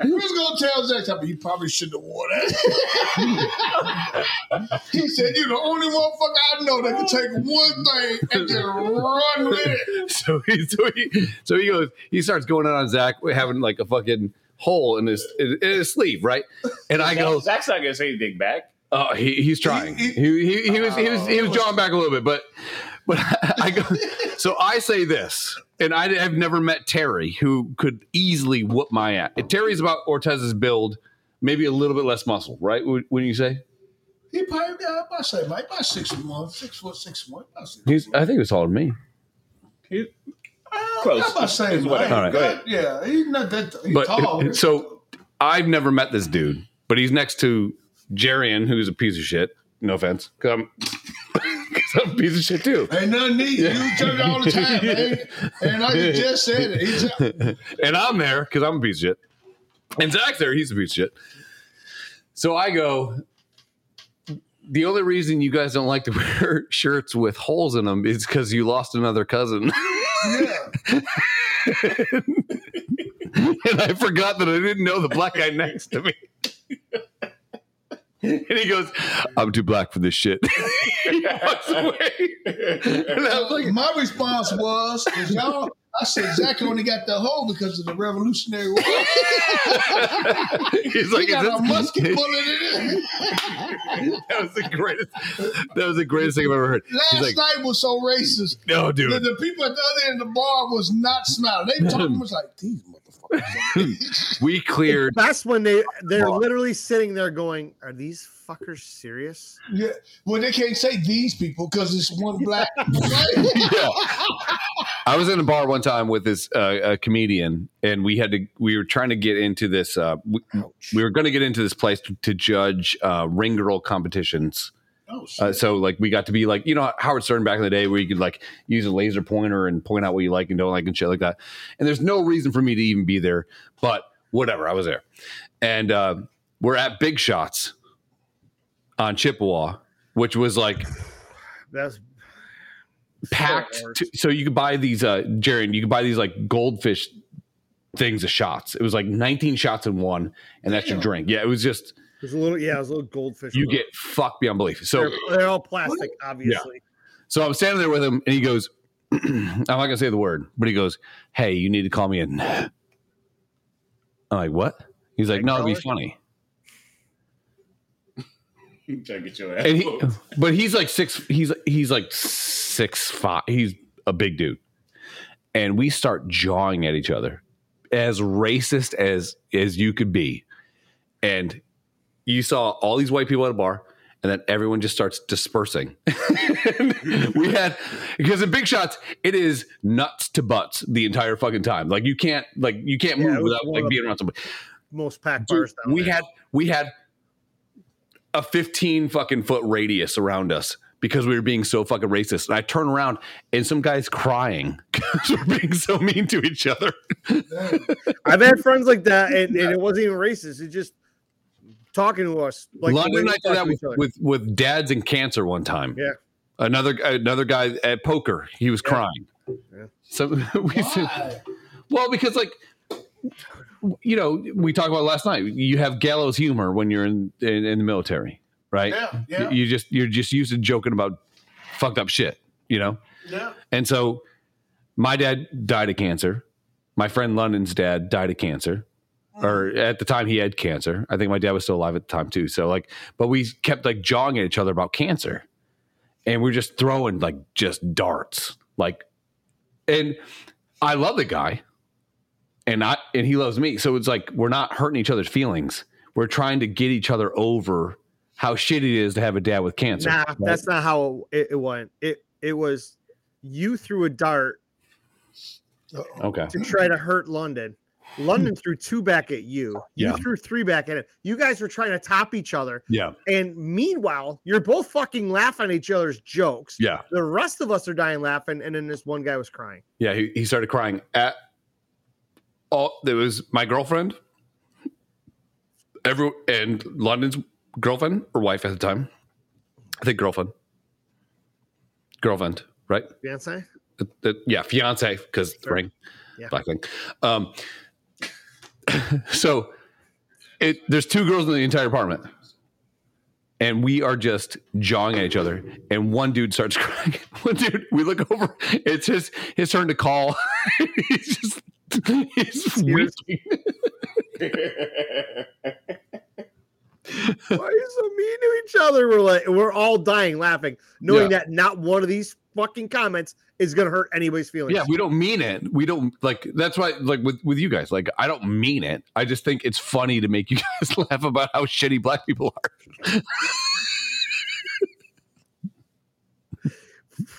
Speaker 6: Chris gonna tell Zach something. You probably shouldn't have worn that. he said, "You're the only motherfucker I know that can take one thing and just run with it."
Speaker 3: So he, so he, so he goes, he starts going in on Zach having like a fucking hole in his, in, in his sleeve, right? And I go,
Speaker 1: Zach's not gonna say anything back.
Speaker 3: Oh, he, he's trying. He, he, he was he was he was drawing back a little bit, but but I go. So I say this, and I have never met Terry, who could easily whoop my ass. Terry's about Ortez's build, maybe a little bit less muscle, right? Would- Wouldn't you say?
Speaker 6: He probably uh, I say, Mike, about six months, six foot, six months. About six
Speaker 3: He's I think he was taller than me.
Speaker 1: Close.
Speaker 6: I'm about saying,
Speaker 1: It's whatever.
Speaker 6: Mike.
Speaker 3: All right.
Speaker 1: Go ahead.
Speaker 6: Yeah, he's not that. He's
Speaker 3: But
Speaker 6: tall.
Speaker 3: so I've never met this dude, but he's next to Jerrion, who's a piece of shit. No offense, because I'm, 'cause I'm a piece of shit too.
Speaker 6: Ain't nothing neat. You turn it all the time, man. And I just said it. He's
Speaker 3: and I'm there because I'm a piece of shit. And Zach's there, he's a piece of shit. So I go, the only reason you guys don't like to wear shirts with holes in them is because you lost another cousin.
Speaker 6: yeah.
Speaker 3: and I forgot that I didn't know the black guy next to me. and he goes, I'm too black for this shit. he walks away. And I was like,
Speaker 6: my response was, is y'all, I said Zach only got the hole because of the Revolutionary War.
Speaker 3: he's
Speaker 6: he
Speaker 3: like,
Speaker 6: got
Speaker 3: "Is
Speaker 6: a
Speaker 3: this-
Speaker 6: musket bullet in it.
Speaker 3: that was the greatest. That was the greatest thing I've ever heard. He's
Speaker 6: Last
Speaker 3: like,
Speaker 6: night was so racist.
Speaker 3: no,
Speaker 6: The,
Speaker 3: dude.
Speaker 6: the people at the other end of the bar was not smiling. They talking was like these motherfuckers.
Speaker 3: We cleared.
Speaker 2: That's when they they're literally sitting there going, "Are these fuckers serious?"
Speaker 6: Yeah. Well, they can't say these people because it's one black.
Speaker 3: yeah. I was in a bar one time with this uh, a comedian, and we had to. We were trying to get into this. Uh, we, we were going to get into this place to, to judge uh, ring girl competitions.
Speaker 6: oh shit!
Speaker 3: Uh, so like we got to be like you know Howard Stern back in the day where you could like use a laser pointer and point out what you like and don't like and shit like that. And there's no reason for me to even be there, but whatever, I was there. And uh, we're at Big Shots on Chippewa, which was like
Speaker 2: That's
Speaker 3: packed.
Speaker 2: Sure.
Speaker 3: To, so you could buy these, uh, Jaron, you could buy these like goldfish things of shots. It was like 19 shots in one, and that's your
Speaker 6: Damn.
Speaker 3: drink. Yeah, it was just,
Speaker 2: there's a little yeah, there's a little goldfish.
Speaker 3: you
Speaker 2: roll.
Speaker 3: get fucked beyond belief. So,
Speaker 2: they're, they're all plastic, obviously.
Speaker 3: so I'm standing there with him, and he goes, I'm not gonna say the word, but he goes, Hey, you need to call me in. I'm like, What? He's like, No, it'd be funny.
Speaker 1: Trying to get your ass.
Speaker 3: And he,
Speaker 1: whooped.
Speaker 3: but he's like six, he's, he's like six, five, he's a big dude. And we start jawing at each other as racist as, as you could be. And you saw all these white people at a bar and then everyone just starts dispersing. we had because in big shots it is nuts to butts the entire fucking time. Like you can't like you can't
Speaker 2: Yeah,
Speaker 3: move
Speaker 2: it was
Speaker 3: without
Speaker 2: one
Speaker 3: like
Speaker 2: of
Speaker 3: being around somebody.
Speaker 2: Most packed
Speaker 3: Dude,
Speaker 2: bars down
Speaker 3: we
Speaker 2: there.
Speaker 3: had we had a 15 fucking foot radius around us because we were being so fucking racist. And I turn around and some guy's crying because we're being so mean to each other.
Speaker 2: I've had friends like that, and, and it wasn't even racist. It just talking to us. Like the way
Speaker 3: London
Speaker 2: we
Speaker 3: and I
Speaker 2: talk
Speaker 3: did that
Speaker 2: to
Speaker 3: with,
Speaker 2: each other.
Speaker 3: with with dads and cancer one time.
Speaker 2: Yeah.
Speaker 3: Another another guy at poker, he was crying.
Speaker 2: Yeah.
Speaker 3: So we said, well, because like you know, we talked about last night. You have gallows humor when you're in in, in the military, right?
Speaker 6: Yeah, yeah,
Speaker 3: You just you're just used to joking about fucked up shit, you know?
Speaker 6: yeah.
Speaker 3: And so my dad died of cancer. My friend London's dad died of cancer. Or
Speaker 2: Mm.
Speaker 3: at the time he had cancer. I think my dad was still alive at the time too. So like but we kept like jawing at each other about cancer. And we are just throwing like just darts. Like and I love the guy. And I and he loves me. So it's like we're not hurting each other's feelings. We're trying to get each other over how shitty it is to have a dad with cancer.
Speaker 2: nah, that's not how it, it went. It it was you threw a dart
Speaker 3: okay.
Speaker 2: to try to hurt London. London threw two back at you. You
Speaker 3: Yeah.
Speaker 2: threw three back at him. You guys were trying to top each other.
Speaker 3: Yeah.
Speaker 2: And meanwhile, you're both fucking laughing at each other's jokes.
Speaker 3: Yeah.
Speaker 2: The rest of us are dying laughing, and then this one guy was crying.
Speaker 3: Yeah, he, he started crying at all. There was my girlfriend, every and London's girlfriend or wife at the time. I think girlfriend, girlfriend, right?
Speaker 2: Beyonce?
Speaker 3: Uh, uh, yeah, fiance because the ring,
Speaker 2: Yeah.
Speaker 3: black ring. Um, so it there's two girls in the entire apartment, and we are just jawing at each other, and one dude starts crying. One dude, we look over, it's his his turn to call. he's just he's
Speaker 2: Tears.
Speaker 3: weeping.
Speaker 2: Why are you so mean to each other? We're like, we're all dying laughing, knowing that not one of these fucking comments is gonna hurt anybody's feelings.
Speaker 3: Yeah, we don't mean it. We don't like. That's why, like with with you guys, like I don't mean it. I just think it's funny to make you guys laugh about how shitty black people are.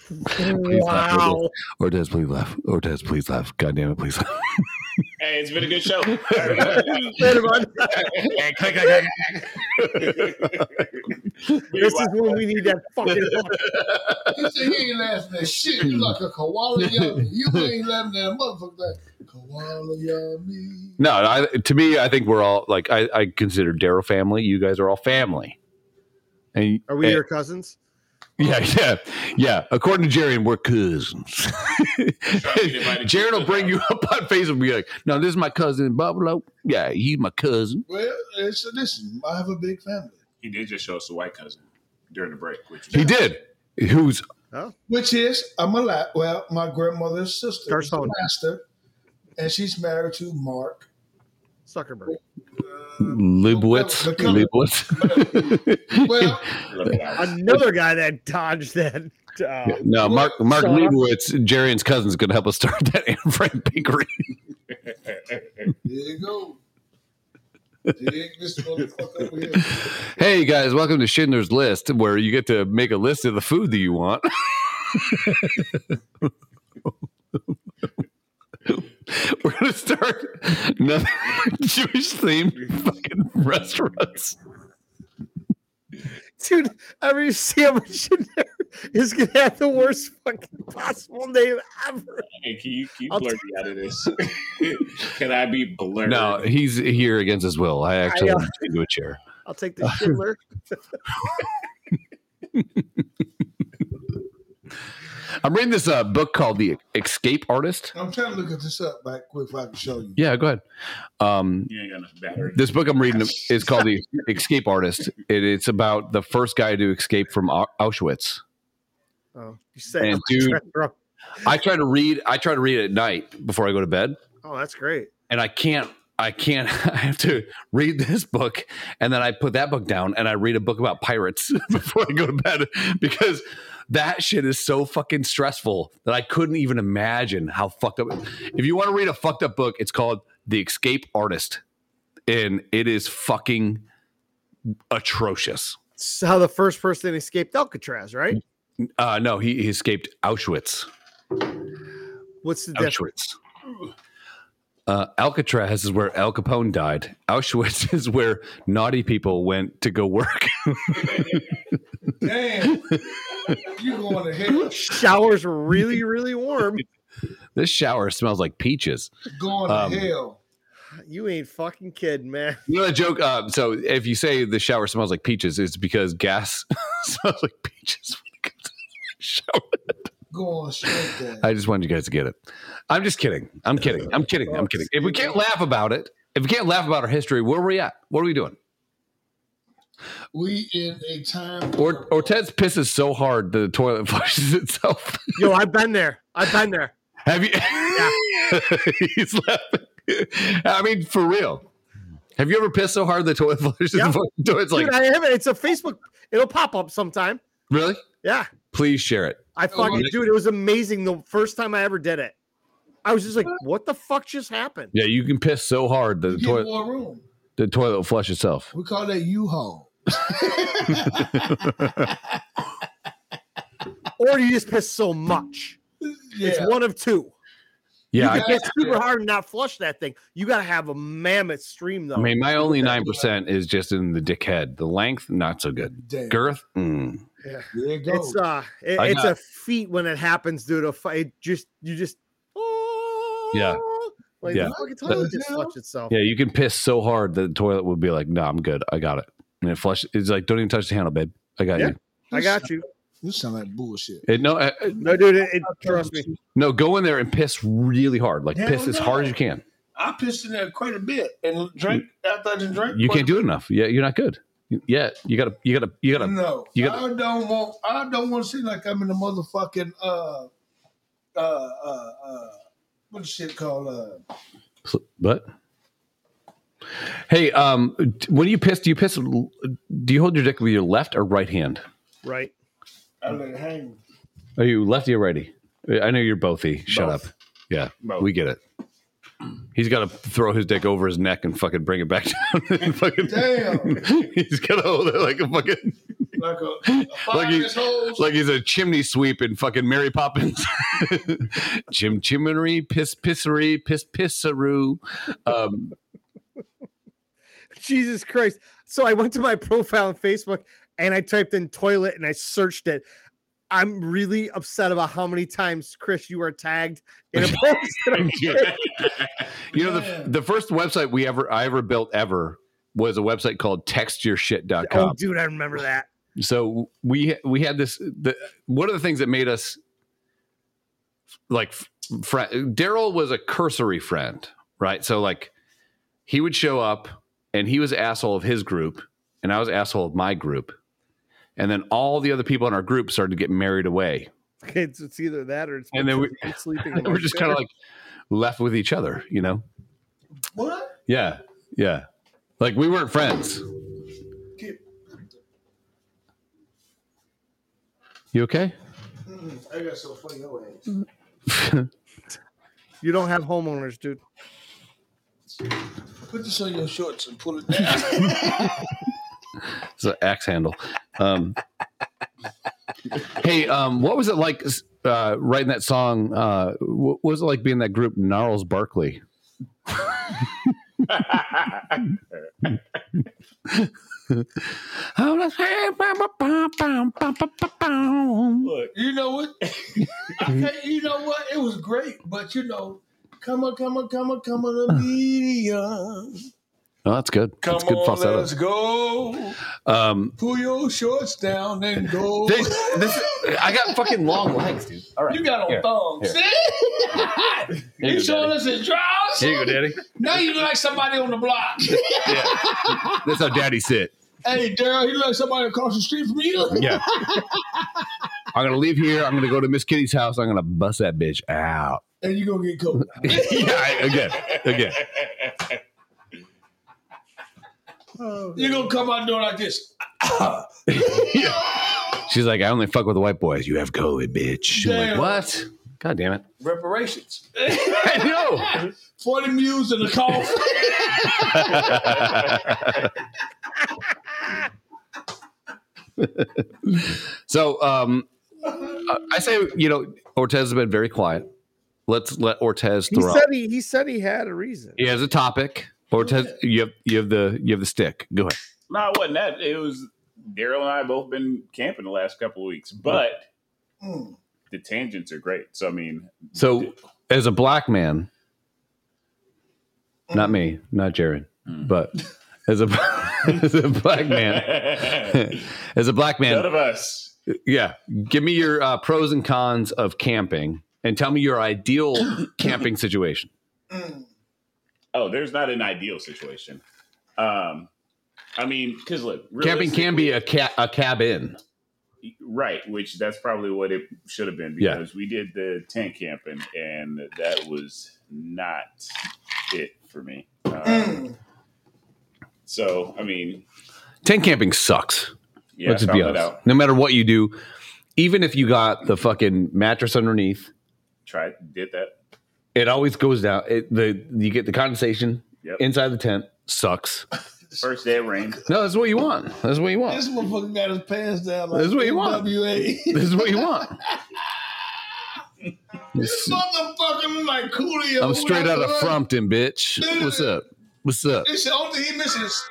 Speaker 3: laugh,
Speaker 2: wow.
Speaker 3: Ortez, please laugh. Ortez, please laugh. God damn it, please laugh.
Speaker 1: Hey, it's been a good show.
Speaker 2: Later, bud. this is when we need that fucking
Speaker 6: He said, "You ain't laughing at shit.
Speaker 3: Hmm.
Speaker 6: You like a koala yummy. You ain't laughing at a motherfucker like koala yummy."
Speaker 3: No, I, to me, I think we're all like I, I consider Darrow family. You guys are all family. And
Speaker 2: Are we
Speaker 3: and-
Speaker 2: your cousins?
Speaker 3: Yeah, yeah, yeah. According to Jaron, we're cousins.
Speaker 1: get invited to
Speaker 3: Jaron will
Speaker 1: the
Speaker 3: bring you up on Facebook and be like, "No, this is my cousin Buffalo. Yeah, he's my cousin."
Speaker 6: Well, it's listen. I have a big family,
Speaker 1: he did just show us the white cousin during the break, which was
Speaker 3: He did. Who's
Speaker 6: which is I'm a lot. Well, my grandmother's sister, was a
Speaker 2: Garcon.
Speaker 6: pastor, and she's married to Mark. uh,
Speaker 2: Zuckerberg.
Speaker 3: Libwitz?
Speaker 6: The color.
Speaker 3: Libwitz.
Speaker 6: Well,
Speaker 2: Another guy that dodged that. Uh,
Speaker 3: no, Mark Mark
Speaker 2: Shut up.
Speaker 3: Libwitz, Jaron's cousin, is going to help us start that Anne Frank bakery.
Speaker 6: there you go. Dig this motherfucker over here.
Speaker 3: Hey guys, welcome to Schindler's List, where you get to make a list of the food that you want. We're gonna start another Jewish themed fucking restaurants.
Speaker 2: dude, every sandwich in there is gonna have the worst fucking possible name ever.
Speaker 1: Hey, can you keep
Speaker 2: I'll
Speaker 1: blurred me out of this? can I be blurred?
Speaker 3: No, he's here against his will. I actually
Speaker 2: I, uh,
Speaker 3: I, into a chair.
Speaker 2: I'll take the Schindler.
Speaker 3: I'm reading this uh, book called The Escape Artist.
Speaker 6: I'm trying to look at this up right quick if I can show you.
Speaker 3: Yeah, go ahead. Um,
Speaker 1: You ain't got enough battery.
Speaker 3: this book I'm reading is called The Escape Artist. It, it's about the first guy to escape from Au- Auschwitz.
Speaker 2: Oh, you said
Speaker 3: And dude- I try to read. I try to read at night before I go to bed,
Speaker 2: Oh, that's great.
Speaker 3: and I can't. I can't. I have to read this book, and then I put that book down, and I read a book about pirates before I go to bed because that shit is so fucking stressful that I couldn't even imagine how fucked up. If you want to read a fucked up book, it's called The Escape Artist, and it is fucking atrocious.
Speaker 2: It's how the first person escaped Alcatraz, right?
Speaker 3: Uh, no, he, he escaped Auschwitz.
Speaker 2: What's the difference?
Speaker 3: Auschwitz. Uh, Alcatraz is where Al Capone died. Auschwitz is where naughty people went to go work.
Speaker 6: Damn, you going to hell?
Speaker 2: Showers were really, really warm.
Speaker 3: this shower smells like peaches.
Speaker 6: Going
Speaker 3: Um,
Speaker 6: to hell?
Speaker 2: You ain't fucking kidding, man.
Speaker 3: You know that joke? Uh, so if you say the shower smells like peaches, it's because gas smells like peaches when it comes to the shower.
Speaker 6: Going straight there.
Speaker 3: I just wanted you guys to get it. I'm just kidding. I'm kidding. I'm kidding. I'm kidding. If we can't laugh about it, if we can't laugh about our history, where are we at? What are we doing?
Speaker 6: We in a time.
Speaker 3: Or Ortez pisses so hard the toilet flushes itself.
Speaker 2: Yo, I've been there. I've been there.
Speaker 3: Have you? He's laughing. I mean, for real. Have you ever pissed so hard the toilet flushes
Speaker 2: Yeah.
Speaker 3: the fucking toilet? It's like,
Speaker 2: Dude, I have it. It's a Facebook. It'll pop up sometime.
Speaker 3: really?
Speaker 2: Yeah,
Speaker 3: Please share it.
Speaker 2: I fucking dude. It was amazing the first time I ever did it. I was just like, what the fuck just happened?
Speaker 3: Yeah, you can piss so hard the
Speaker 6: You get
Speaker 3: toilet
Speaker 6: more room.
Speaker 3: the toilet will flush itself.
Speaker 6: We call that U-Haul.
Speaker 2: Or you just piss so much. It's
Speaker 6: Yeah.
Speaker 2: one of two.
Speaker 3: Yeah,
Speaker 2: you
Speaker 3: I,
Speaker 2: can piss super hard and not flush that thing. You got to have a mammoth stream though.
Speaker 3: I mean, my only nine percent is just in the dickhead. The length, not so good.
Speaker 6: Damn.
Speaker 3: Girth, mm.
Speaker 6: There it goes.
Speaker 2: it's uh, it-
Speaker 3: I
Speaker 2: it's
Speaker 3: got-
Speaker 2: a feat when it happens, dude. A fi- it just you just. oh,
Speaker 3: Yeah.
Speaker 2: Like
Speaker 3: Yeah.
Speaker 2: the fucking toilet just
Speaker 6: That-
Speaker 2: flushed itself.
Speaker 3: yeah, you can piss so hard that the toilet will be like, "No, I'm good. I got it." And it flushes. It's like, "Don't even touch the handle, babe. I got
Speaker 2: Yeah.
Speaker 3: you."
Speaker 2: I got you.
Speaker 6: You sound like bullshit.
Speaker 3: It, no, uh, uh,
Speaker 2: No, dude, it, it- trust me.
Speaker 3: no, go in there and piss really hard. Like
Speaker 6: Hell
Speaker 3: piss as
Speaker 6: no.
Speaker 3: hard as you can.
Speaker 6: I pissed in there quite a bit and drank after I didn't drink.
Speaker 3: You can't do it enough. Yeah, you're not good. Yeah, you gotta, you gotta, you
Speaker 1: Mm.
Speaker 3: gotta.
Speaker 6: No,
Speaker 3: You gotta-
Speaker 6: I don't want. I don't want to seem like I'm in a motherfucking uh, uh, uh, uh what the shit called uh,
Speaker 3: But hey, um, t- when you piss, do you piss? l- Do you hold your dick with your left or right hand?
Speaker 2: Right.
Speaker 6: I let it hang.
Speaker 3: Are you lefty or righty? I know you're bothy. Shut
Speaker 1: Both.
Speaker 3: up. Yeah,
Speaker 1: Both.
Speaker 3: we get it. He's got to throw his dick over his neck and fucking bring it back down. and fucking,
Speaker 6: Damn,
Speaker 3: he's got to hold it like a fucking
Speaker 6: like a, a
Speaker 3: Like you-
Speaker 6: fire's hose.
Speaker 3: like he's a chimney sweep in fucking Mary Poppins. Chim chimnery, piss pissery, piss pissaroo. Um,
Speaker 2: Jesus Christ. So I went to my profile on Facebook and I typed in toilet and I searched it. I'm really upset about how many times, Chris, you are tagged in a post. that I did.
Speaker 3: You know, the, the first website we ever I ever built ever was a website called textyourshit.com.
Speaker 2: oh, dude, I remember that.
Speaker 3: So we we had this the one of the things that made us like f- friend Daryl was a cursory friend, right? So like he would show up and he was asshole of his group and I was asshole of my group. And then all the other people in our group started to get married away.
Speaker 2: It's, it's either that or it's
Speaker 3: And then we-
Speaker 2: I'm sleeping. in my
Speaker 3: We're just kind of like left with each other, you know?
Speaker 6: what?
Speaker 3: Yeah. Yeah. Like we weren't friends.
Speaker 6: Get-
Speaker 3: You okay?
Speaker 6: mm, I got so funny your ass.
Speaker 2: bed. you don't have homeowners, dude.
Speaker 6: Put this on your shorts and pull it down.
Speaker 3: It's an axe handle. Um, hey, um, what was it like uh, writing that song? Uh, what was it like being in that group, Gnarls Barkley? Oh,
Speaker 1: Look,
Speaker 6: you know what? I can't, you know what? It was great, but you know, come on, come on, come on, come on, the media.
Speaker 3: Oh, that's good.
Speaker 6: Come
Speaker 3: that's good
Speaker 6: on,
Speaker 3: falsetto.
Speaker 6: let's go.
Speaker 3: Um,
Speaker 6: Pull your shorts down and go.
Speaker 3: this, this, I got fucking long legs, dude. All right.
Speaker 6: You got on
Speaker 3: Here.
Speaker 6: thongs. See?
Speaker 3: Here
Speaker 6: you
Speaker 3: you go,
Speaker 6: showing
Speaker 3: Daddy.
Speaker 6: us his drawers?
Speaker 3: Here you go, Daddy.
Speaker 6: Now you look like somebody on the block.
Speaker 3: That's how Daddy sit.
Speaker 6: hey, Daryl, you look like somebody across the street from you.
Speaker 3: Yeah. I'm gonna leave here. I'm gonna go to Miss Kitty's house. I'm gonna bust that bitch out.
Speaker 6: And you're going to get cold.
Speaker 3: yeah, I- again, again.
Speaker 6: You're going to come out doing like this.
Speaker 3: She's like, I only fuck with the white boys. You have COVID, bitch. I'm like,
Speaker 6: Damn.
Speaker 3: what? God damn it.
Speaker 6: Reparations.
Speaker 3: I know.
Speaker 6: 40 mules and a cough.
Speaker 3: So um, I- I say, you know, Ortez has been very quiet. Let's let Ortez
Speaker 2: He
Speaker 3: throw
Speaker 2: said
Speaker 3: up.
Speaker 2: he, he said he had a reason.
Speaker 3: He has a topic. Ortez, you have you have the you have the stick. Go ahead.
Speaker 1: no, it wasn't that. It was Daryl and I have both been camping the last couple of weeks, but
Speaker 6: Mm.
Speaker 1: the tangents are great. So I mean,
Speaker 3: So as a black man,
Speaker 4: Not me, not Jared,
Speaker 1: Mm.
Speaker 4: but as a as a black man, as a black
Speaker 1: None
Speaker 4: man,
Speaker 1: of us.
Speaker 4: yeah. Give me your uh, pros and cons of camping, and tell me your ideal camping situation.
Speaker 6: Mm.
Speaker 1: Oh, there's not an ideal situation. Um, I mean, because look,
Speaker 3: Camping
Speaker 4: Can be a ca- a cabin.
Speaker 1: right, which that's probably what it should have been
Speaker 4: Yeah.
Speaker 1: because we did the tent camping and that was not it for me. Um,
Speaker 6: Mm.
Speaker 1: So, I mean,
Speaker 4: Tent camping sucks.
Speaker 1: yeah,
Speaker 4: Let's just
Speaker 1: found
Speaker 4: be
Speaker 1: it
Speaker 4: honest.
Speaker 1: out.
Speaker 4: No matter what you do, even if you got the fucking mattress underneath,
Speaker 1: Tried, did that.
Speaker 4: it always goes down. It, the you get the condensation
Speaker 1: Yep.
Speaker 4: inside the tent. Sucks.
Speaker 1: First day it rained.
Speaker 4: No, that's what you want. That's what you
Speaker 6: This
Speaker 4: want.
Speaker 6: motherfucker got his pants down. Like
Speaker 4: This is what you want.
Speaker 6: NWA.
Speaker 4: This is what you want.
Speaker 6: this motherfucker like Coolio.
Speaker 4: I'm straight out of Frumpton, bitch. What's up? What's up?
Speaker 6: It's the only thing "Oh, he misses.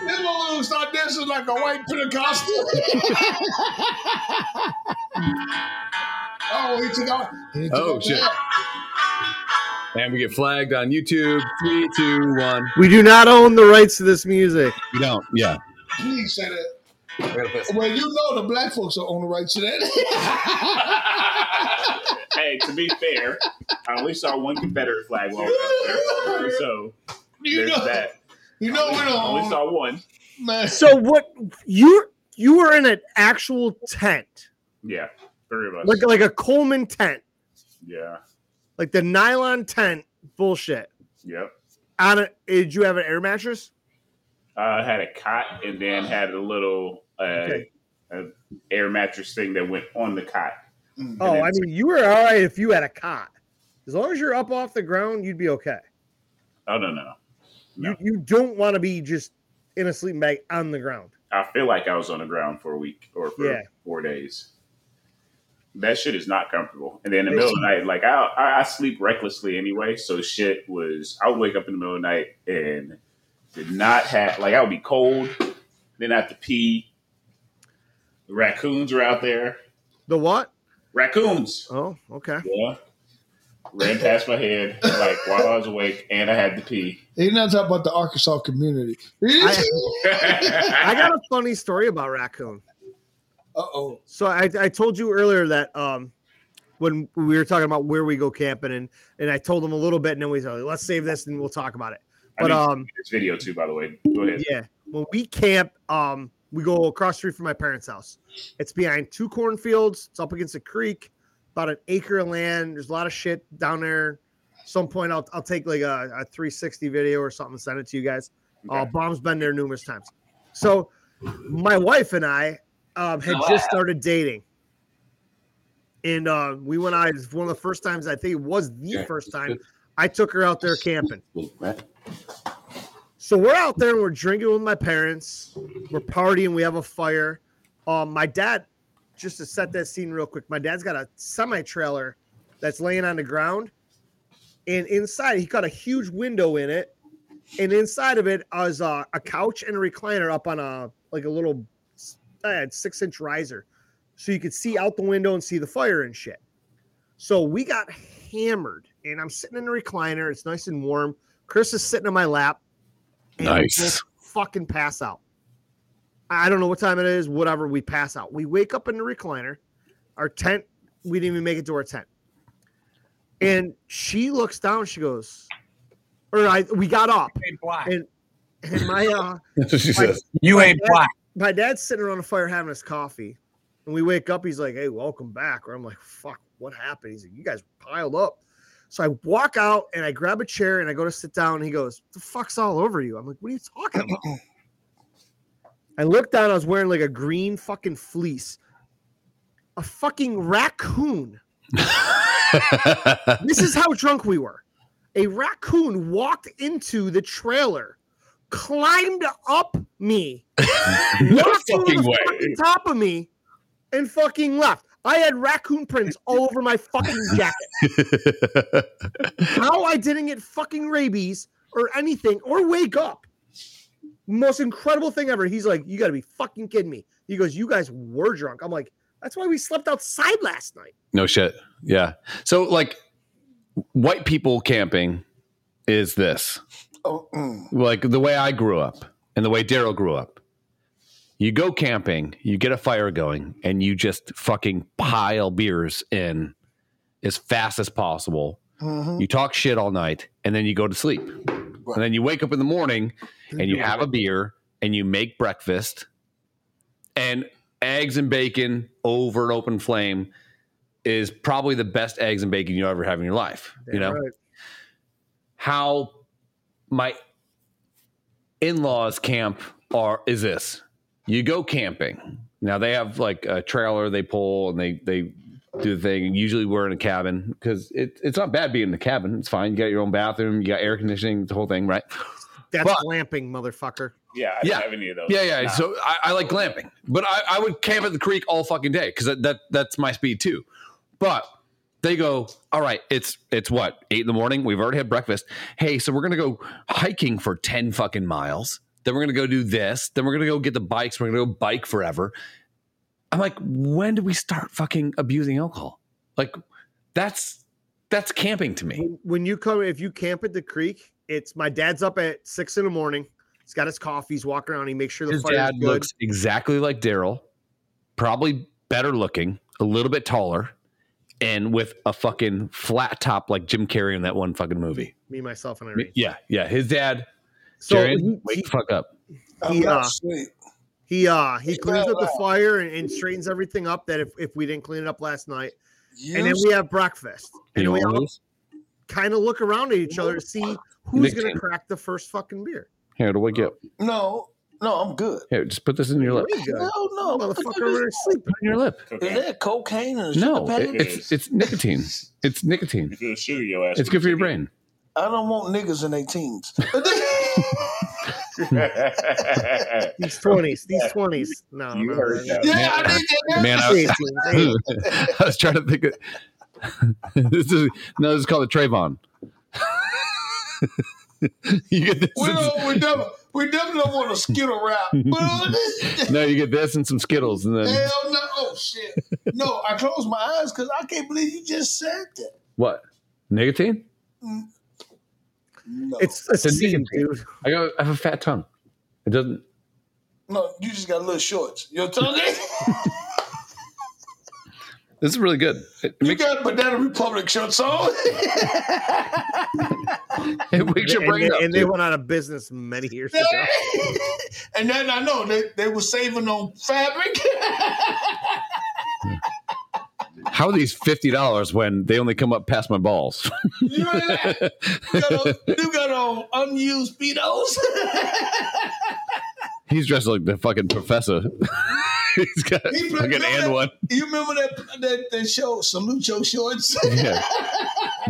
Speaker 6: this motherfucker start dancing like a white Pentecostal. oh, he took out. he took
Speaker 4: Oh,
Speaker 6: out
Speaker 4: shit.
Speaker 6: that.
Speaker 4: And we get flagged on YouTube. Three, two, one.
Speaker 2: We do not own the rights to this music.
Speaker 4: You don't. Yeah.
Speaker 6: Please say that. Well, you know the black folks are on the right to that.
Speaker 1: hey, to be fair, I only saw one Confederate flag while I was out there. So
Speaker 6: you
Speaker 1: there's
Speaker 6: know
Speaker 1: that.
Speaker 6: You know we
Speaker 1: I only
Speaker 6: don't own
Speaker 1: saw one.
Speaker 6: man.
Speaker 2: So what you you were in an actual tent,
Speaker 1: Yeah, three of us.
Speaker 2: like like a Coleman tent,
Speaker 1: yeah,
Speaker 2: like the nylon tent bullshit.
Speaker 1: yep.
Speaker 2: On a, did you have an air mattress?
Speaker 1: Uh, had a cot and then had a little uh,
Speaker 2: Okay.
Speaker 1: a air mattress thing that went on the cot.
Speaker 2: Oh,
Speaker 1: then-
Speaker 2: I mean, you were all right if you had a cot. As long as you're up off the ground, you'd be okay.
Speaker 1: I don't know. Oh, No.
Speaker 2: You you don't want to be just in a sleeping bag on the ground.
Speaker 1: I feel like I was on the ground for a week or for
Speaker 2: Yeah.
Speaker 1: four days. That shit is not comfortable. And then in the middle of the night, like I, I I sleep recklessly anyway, so shit was. I would wake up in the middle of the night and did not have like I would be cold, then I have to pee. Raccoons were out there.
Speaker 2: The what?
Speaker 1: Raccoons.
Speaker 2: Oh, okay.
Speaker 1: Yeah. Ran past my head like while I was awake, and I had to pee.
Speaker 6: He's not talking about the Arkansas community.
Speaker 2: I got a funny story about raccoon.
Speaker 6: uh oh.
Speaker 2: So I, I told you earlier that um when we were talking about where we go camping and and I told him a little bit and then we said let's save this and we'll talk about it.
Speaker 1: I
Speaker 2: But
Speaker 1: need
Speaker 3: uh,
Speaker 2: um
Speaker 1: this video too, by the way. Go ahead.
Speaker 2: yeah, when we camp, um we go across the street from my parents' house. It's behind two cornfields. It's up against a creek, about an acre of land. There's a lot of shit down there. Some point I'll I'll take like a, a 360 video or something and send it to you guys. Uh,
Speaker 1: Okay.
Speaker 2: Bomb's been there numerous times. So my wife and I um, had just started dating. And uh, we went out. It was one of the first times, I think it was the first time, I took her out there camping. So we're out there and we're drinking with my parents. We're partying. We have a fire. Um, my dad, just to set that scene real quick, my dad's got a semi trailer that's laying on the ground. And inside, he got a huge window in it. And inside of it is uh, a couch and a recliner up on a like a little uh, six inch riser. So you could see out the window and see the fire and shit. So we got hammered. And I'm sitting in the recliner. It's nice and warm. Chris is sitting on my lap and we
Speaker 4: Nice.
Speaker 2: both fucking pass out. I don't know what time it is, whatever. We pass out. We wake up in the recliner. Our tent, we didn't even make it to our tent. And she looks down, she goes, or I we got up. And, and my uh
Speaker 4: That's what she says.
Speaker 7: You
Speaker 2: My
Speaker 7: ain't
Speaker 2: dad-
Speaker 7: black.
Speaker 2: my dad's sitting around the fire having his coffee. And we wake up, he's like, Hey, welcome back. Or I'm like, fuck, what happened? He's like, You guys piled up. So I walk out and I grab a chair and I go to sit down. And he goes, The fuck's all over you? I'm like, What are you talking about? I looked down, I was wearing like a green fucking fleece. A fucking raccoon. This is how drunk we were. A raccoon walked into the trailer, climbed up me
Speaker 4: no
Speaker 2: knocked over
Speaker 4: fucking
Speaker 2: the
Speaker 4: way.
Speaker 2: fucking top of me and fucking left. I had raccoon prints all over my fucking jacket. How I didn't get fucking rabies or anything or wake up. Most incredible thing ever. He's like, You gotta be fucking kidding me. He goes, You guys were drunk. I'm like, That's why we slept outside last night.
Speaker 3: No shit. Yeah. So like white people camping is this.
Speaker 6: Oh, mm.
Speaker 3: Like the way I grew up and the way Daryl grew up. You go camping, you get a fire going, and you just fucking pile beers in as fast as possible. You talk shit all night and then you go to sleep. And then you wake up in the morning and you have a beer and you make breakfast and eggs and bacon over an open flame is probably the best eggs and bacon you'll ever have in your life. you know
Speaker 2: Right.
Speaker 3: how my in-laws camp are is this. You go camping. Now they have like a trailer they pull and they they do the thing. And usually we're in a cabin because it, it's not bad being in a cabin. It's fine. You got your own bathroom. You got air conditioning. The whole thing, right?
Speaker 2: That's
Speaker 3: But-
Speaker 2: glamping, motherfucker.
Speaker 1: Yeah, I didn't
Speaker 3: Yeah.
Speaker 1: have any of those.
Speaker 3: Yeah, yeah.
Speaker 1: Nah.
Speaker 3: So I, I like glamping, but I, I would camp at the creek all fucking day because that, that that's my speed too. But they go, all right, it's it's what eight in the morning. We've already had breakfast. Hey, so we're gonna go hiking for ten fucking miles. Then we're gonna go do this. Then we're gonna go get the bikes. We're gonna go bike forever. I'm like, when did we start fucking abusing alcohol? Like, that's that's camping to me.
Speaker 2: When- When you come, if you camp at the creek, it's my dad's up at six in the morning. He's got his coffee. He's walking around. He makes sure the
Speaker 3: His
Speaker 2: fire's
Speaker 3: dad
Speaker 2: good.
Speaker 3: looks exactly like Daryl, probably better looking, a little bit taller, and with a fucking flat top like Jim Carrey in that one fucking movie.
Speaker 2: Me, myself, and Irene.
Speaker 3: Yeah, yeah. His dad,
Speaker 2: So
Speaker 3: Jared,
Speaker 2: he,
Speaker 3: wake
Speaker 2: he,
Speaker 3: the fuck up.
Speaker 6: I'm
Speaker 2: Yeah.
Speaker 3: uh,
Speaker 6: not asleep.
Speaker 2: he uh he
Speaker 6: He's
Speaker 2: cleans
Speaker 6: not
Speaker 2: up the
Speaker 6: allowed.
Speaker 2: fire and, and straightens everything up. That if, if we didn't clean it up last night,
Speaker 6: You
Speaker 2: and then we have breakfast, and
Speaker 3: You
Speaker 2: we
Speaker 3: know
Speaker 2: all
Speaker 3: what?
Speaker 2: kind of look around at each other to see who's going
Speaker 3: Nick
Speaker 2: to
Speaker 3: Cannon.
Speaker 2: crack the first fucking beer.
Speaker 3: Here, to wake you up.
Speaker 6: No, no, I'm good.
Speaker 3: Here, just put this in your lip.
Speaker 2: Pretty good.
Speaker 6: No, no. what the
Speaker 2: Motherfucker,
Speaker 6: fuck is-
Speaker 2: we're asleep.
Speaker 3: Put it in your lip.
Speaker 1: Cocaine.
Speaker 6: Is that cocaine and
Speaker 3: No, it-
Speaker 6: sugar packet?
Speaker 3: it's it's nicotine. It's nicotine.
Speaker 1: If you're a shooter, your ass.
Speaker 3: It's good for your brain.
Speaker 6: I don't want niggas in their teens.
Speaker 2: These twenties, these twenties. No,
Speaker 1: You
Speaker 2: no,
Speaker 1: heard
Speaker 2: no,
Speaker 1: that.
Speaker 6: yeah, I need that.
Speaker 3: Man, I,
Speaker 2: Jeez, man.
Speaker 3: I was trying to think. Of, this is no. This is called a Trayvon. you get this.
Speaker 6: We
Speaker 3: and-
Speaker 6: don't. We never. We definitely don't want a skittle wrap. Hell
Speaker 3: no, you get this and some Skittles, and then
Speaker 6: no! Oh shit! No, I closed my eyes because I can't believe you just said that.
Speaker 3: what? Nicotine?
Speaker 6: No,
Speaker 2: It's a
Speaker 3: a
Speaker 2: scene,
Speaker 3: nicotine.
Speaker 2: dude.
Speaker 3: I got. I have a fat tongue. It doesn't.
Speaker 6: no. You just got little shorts. Your tongue.
Speaker 3: This is really good. It,
Speaker 6: you
Speaker 3: makes,
Speaker 6: got Banana Republic shorts on.
Speaker 3: it wakes your
Speaker 2: And
Speaker 3: brain
Speaker 2: they,
Speaker 3: up.
Speaker 2: and they
Speaker 3: dude.
Speaker 2: went out of business many years ago.
Speaker 6: and then I know they, they were saving on fabric.
Speaker 3: How are these fifty dollars when they only come up past my balls?
Speaker 6: you, know that? you, got on, you got on unused speedos.
Speaker 3: He's dressed like the fucking professor. He's got
Speaker 6: He put-
Speaker 3: fucking and one.
Speaker 6: you remember that that, that show Salute Your Shorts?
Speaker 3: Yeah.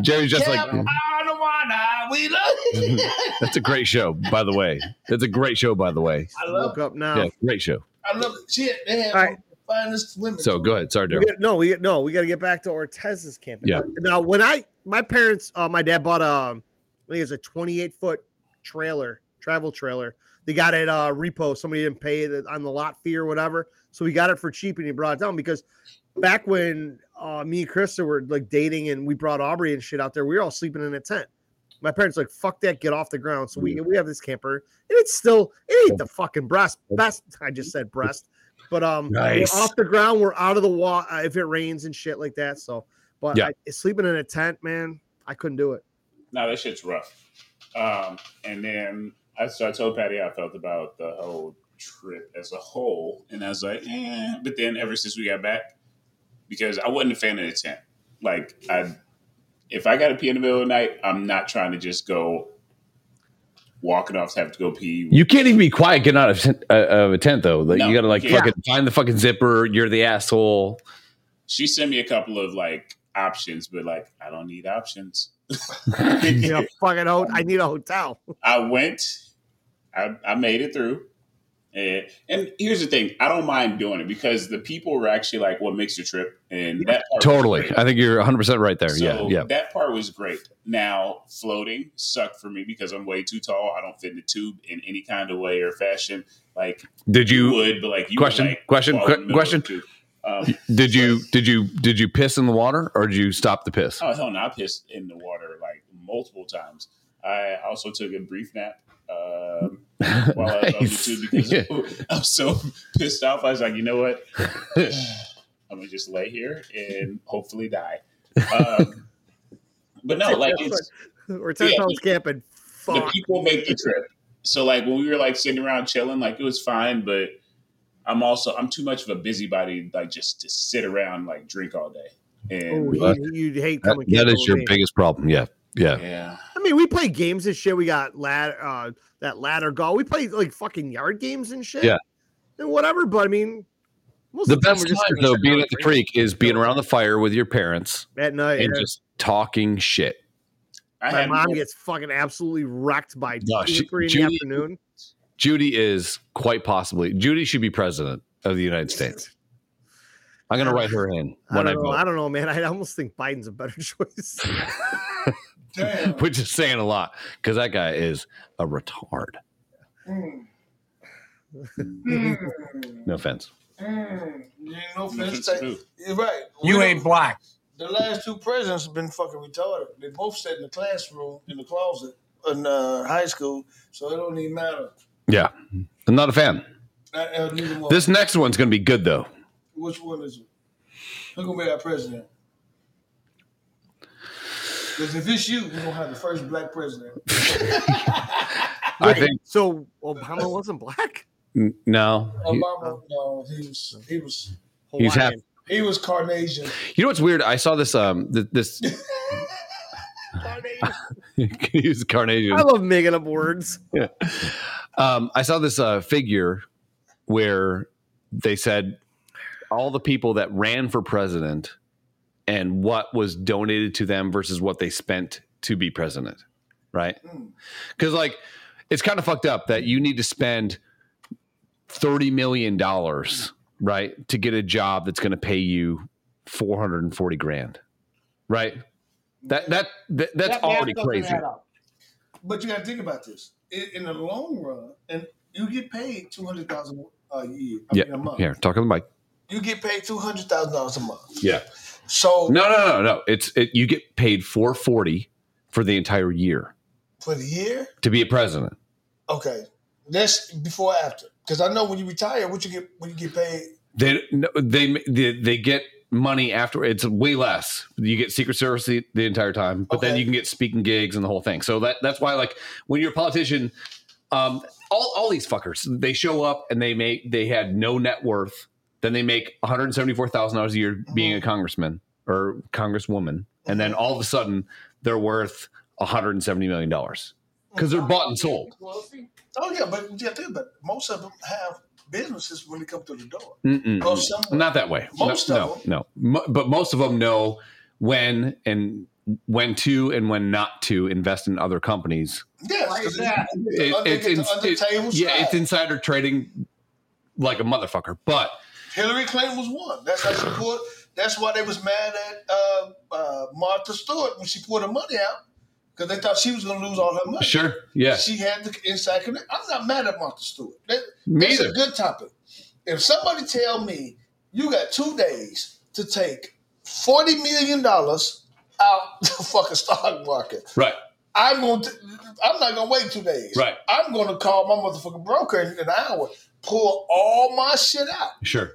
Speaker 3: Jerry's just like Mm-hmm.
Speaker 6: Camp Ottawana, we love you.
Speaker 3: That's a great show, by the way. That's a great show, by the way.
Speaker 6: I love
Speaker 2: Woke
Speaker 6: it.
Speaker 2: up now.
Speaker 3: Yeah, great show.
Speaker 6: I love it. Shit, they have
Speaker 2: All
Speaker 6: one
Speaker 2: right.
Speaker 6: of the finest women.
Speaker 3: So go ahead. Sorry,
Speaker 2: We
Speaker 3: Daryl.
Speaker 2: got- no, we no, we got to get back to Ortez's camping.
Speaker 3: Yeah.
Speaker 2: Now, when I my parents, uh, my dad bought a, I think it was a 28 foot trailer, travel trailer. They got it uh, repo. Somebody didn't pay it on the lot fee or whatever, so we got it for cheap, and he brought it down because back when uh, me and Krista were like dating, and we brought Aubrey and shit out there, we were all sleeping in a tent. My parents like fuck that, get off the ground. So
Speaker 3: Mm.
Speaker 2: we we have this camper, and it's still it
Speaker 3: Oh.
Speaker 2: ain't the fucking breast best. I just said breast but um,
Speaker 3: Nice.
Speaker 2: we're off the ground. We're out of the water uh, if it rains and shit like that. So, but
Speaker 3: Yeah.
Speaker 2: I, sleeping in a tent, man, I couldn't do it.
Speaker 1: No, that shit's rough. Um, and then I, so I told Patty how I felt about the whole trip as a whole, and I was like, eh. But then ever since we got back, because I wasn't a fan of the tent. Like, I if I got to pee in the middle of the night, I'm not trying to just go walking off to have to go pee.
Speaker 3: You can't even be quiet getting out of, tent, uh, of a tent, though. Like,
Speaker 1: No,
Speaker 3: you got to like
Speaker 1: yeah.
Speaker 3: fucking find the fucking zipper. You're the asshole.
Speaker 1: she sent me a couple of like options, but like I don't need options.
Speaker 2: You know, fucking out. I need a hotel.
Speaker 1: I went, I, I made it through. And, and here's the thing, I don't mind doing it because the people were actually like what makes the trip and that part was
Speaker 3: Totally.
Speaker 1: great.
Speaker 3: I think you're 100% right there.
Speaker 1: So
Speaker 3: yeah. Yeah.
Speaker 1: that part was great. Now floating sucked for me because I'm way too tall. I don't fit in the tube in any kind of way or fashion. Like
Speaker 3: Did you
Speaker 1: would, but like you
Speaker 3: Question,
Speaker 1: would, like,
Speaker 3: question,
Speaker 1: fall in
Speaker 3: que-
Speaker 1: the middle of
Speaker 3: question.
Speaker 1: the tube. Um,
Speaker 3: Did you did you did you piss in the water or did you stop the piss?
Speaker 1: oh hell no! I pissed in the water like multiple times. I also took a brief nap um, while I was on
Speaker 3: Nice.
Speaker 1: YouTube because
Speaker 3: Yeah.
Speaker 1: I was so pissed off. I was like, you know what? I'm gonna just lay here and hopefully die. Um, but no, like it's
Speaker 2: We're ten
Speaker 1: Yeah.
Speaker 2: pounds camping.
Speaker 1: the
Speaker 2: Fuck.
Speaker 1: people make the trip. So like when we were like sitting around chilling, like it was fine, but I'm also I'm too much of a busybody like just to sit around like drink all day.
Speaker 2: Oh,
Speaker 1: And
Speaker 2: you, you'd hate
Speaker 3: That-
Speaker 2: coming.
Speaker 3: that
Speaker 2: camping
Speaker 3: is
Speaker 2: with
Speaker 3: your
Speaker 2: me.
Speaker 3: biggest problem. Yeah. Yeah.
Speaker 1: yeah.
Speaker 2: I mean, we play games and shit. We got ladder, uh, that ladder golf. We play like fucking yard games and shit.
Speaker 3: Yeah.
Speaker 2: And whatever, but I mean, most
Speaker 3: The
Speaker 2: of time
Speaker 3: best
Speaker 2: we're just
Speaker 3: time
Speaker 2: gonna
Speaker 3: though
Speaker 2: sit
Speaker 3: being
Speaker 2: down
Speaker 3: at the
Speaker 2: and drink
Speaker 3: creek is being around the fire with your parents
Speaker 2: at night.
Speaker 3: and
Speaker 2: yeah.
Speaker 3: just talking shit.
Speaker 1: I
Speaker 2: My
Speaker 1: had
Speaker 2: mom
Speaker 1: more-
Speaker 2: gets fucking absolutely wrecked by two,
Speaker 3: No,
Speaker 2: or
Speaker 3: she-
Speaker 2: three in the
Speaker 3: Judy-
Speaker 2: afternoon.
Speaker 3: Judy is quite possibly Judy should be president of the United States. I'm gonna write her in
Speaker 2: I
Speaker 3: when I,
Speaker 2: don't, know,
Speaker 3: vote.
Speaker 2: I don't know, man. I almost think Biden's a better choice.
Speaker 6: Damn.
Speaker 3: Which is saying a lot because that guy is a retard.
Speaker 6: Mm. Mm.
Speaker 3: No offense.
Speaker 6: Mm. You ain't no offense.
Speaker 1: Offense to who?
Speaker 6: You're right.
Speaker 8: You
Speaker 6: We
Speaker 8: ain't
Speaker 6: don't-
Speaker 8: black.
Speaker 6: The last two presidents have been fucking retarded. They both sat in the classroom in the closet in uh, high school, so it don't even matter.
Speaker 3: Yeah. I'm not a fan.
Speaker 6: I, I, neither one.
Speaker 3: This next one's gonna be good though.
Speaker 6: Which one is it? Who's gonna be our president? Because if it's you, we're gonna have the first black president.
Speaker 3: I think
Speaker 2: so Obama wasn't black.
Speaker 3: n- no. You,
Speaker 6: Obama, no, he was he was
Speaker 3: He's half-
Speaker 2: Hawaiian.
Speaker 6: he was Carnation.
Speaker 3: you know what's weird? I saw this um th- this use carnation.
Speaker 2: I love making up words.
Speaker 3: Um, I saw this uh, figure where they said all the people that ran for president and what was donated to them versus what they spent to be president, right?
Speaker 6: Mm.
Speaker 3: Because like it's kind of fucked up that you need to spend thirty million dollars, right, to get a job that's going to pay you four hundred and forty grand, right? That that, that that's
Speaker 6: That math
Speaker 3: already
Speaker 6: doesn't
Speaker 3: crazy.
Speaker 6: add up. But you got to think about this in, in the long run, and you get paid two hundred thousand a year. I
Speaker 3: Yeah,
Speaker 6: mean, a month.
Speaker 3: here, talk on the mic.
Speaker 6: You get paid two hundred thousand dollars a month.
Speaker 3: Yeah.
Speaker 6: So
Speaker 3: No, no, no, no. It's it, you get paid four forty for the entire year
Speaker 6: for the year,
Speaker 3: to be a president.
Speaker 6: okay, that's before or after. Because I know when you retire, what you get when you get paid.
Speaker 3: They no, they they, they get money after it's way less. You get Secret Service the, the entire time, but then
Speaker 6: Okay.
Speaker 3: you can get speaking gigs and the whole thing. So that that's why like when you're a politician, um, all all these fuckers they show up and they make they had no net worth. Then they make one hundred seventy four thousand dollars a year being a congressman or congresswoman, and then all of a sudden they're worth one hundred seventy million dollars because they're bought and sold.
Speaker 6: Oh yeah, but you got to think about it. most of them have businesses when they come through the door.
Speaker 3: Mm-mm.
Speaker 6: Or some
Speaker 3: Mm-hmm. Not that way.
Speaker 6: Most
Speaker 3: no,
Speaker 6: of
Speaker 3: no, no. Mo- but most of them know when and when to and when not to invest in other companies.
Speaker 6: yes, 'cause it's
Speaker 3: It-
Speaker 6: under-
Speaker 3: it's-
Speaker 6: it's
Speaker 3: it's-
Speaker 6: under
Speaker 3: it-
Speaker 6: table
Speaker 3: yeah,
Speaker 6: side.
Speaker 3: it's insider trading like a motherfucker. But
Speaker 6: Hillary Clinton was one. That's how she poured. That's why they was mad at uh, uh, Martha Stewart when she poured her money out because they thought she was going to lose all her money.
Speaker 3: sure, yeah,
Speaker 6: She had the inside connect. I'm not mad at Martha Stewart. That,
Speaker 3: Me
Speaker 6: that's
Speaker 3: either.
Speaker 6: a good topic. If somebody tell me you got two days to take forty million dollars out the fucking stock market,
Speaker 3: right.
Speaker 6: I'm going. To, I'm not going to wait two days.
Speaker 3: Right.
Speaker 6: I'm going to call my motherfucking broker in an hour, pull all my shit out.
Speaker 3: Sure.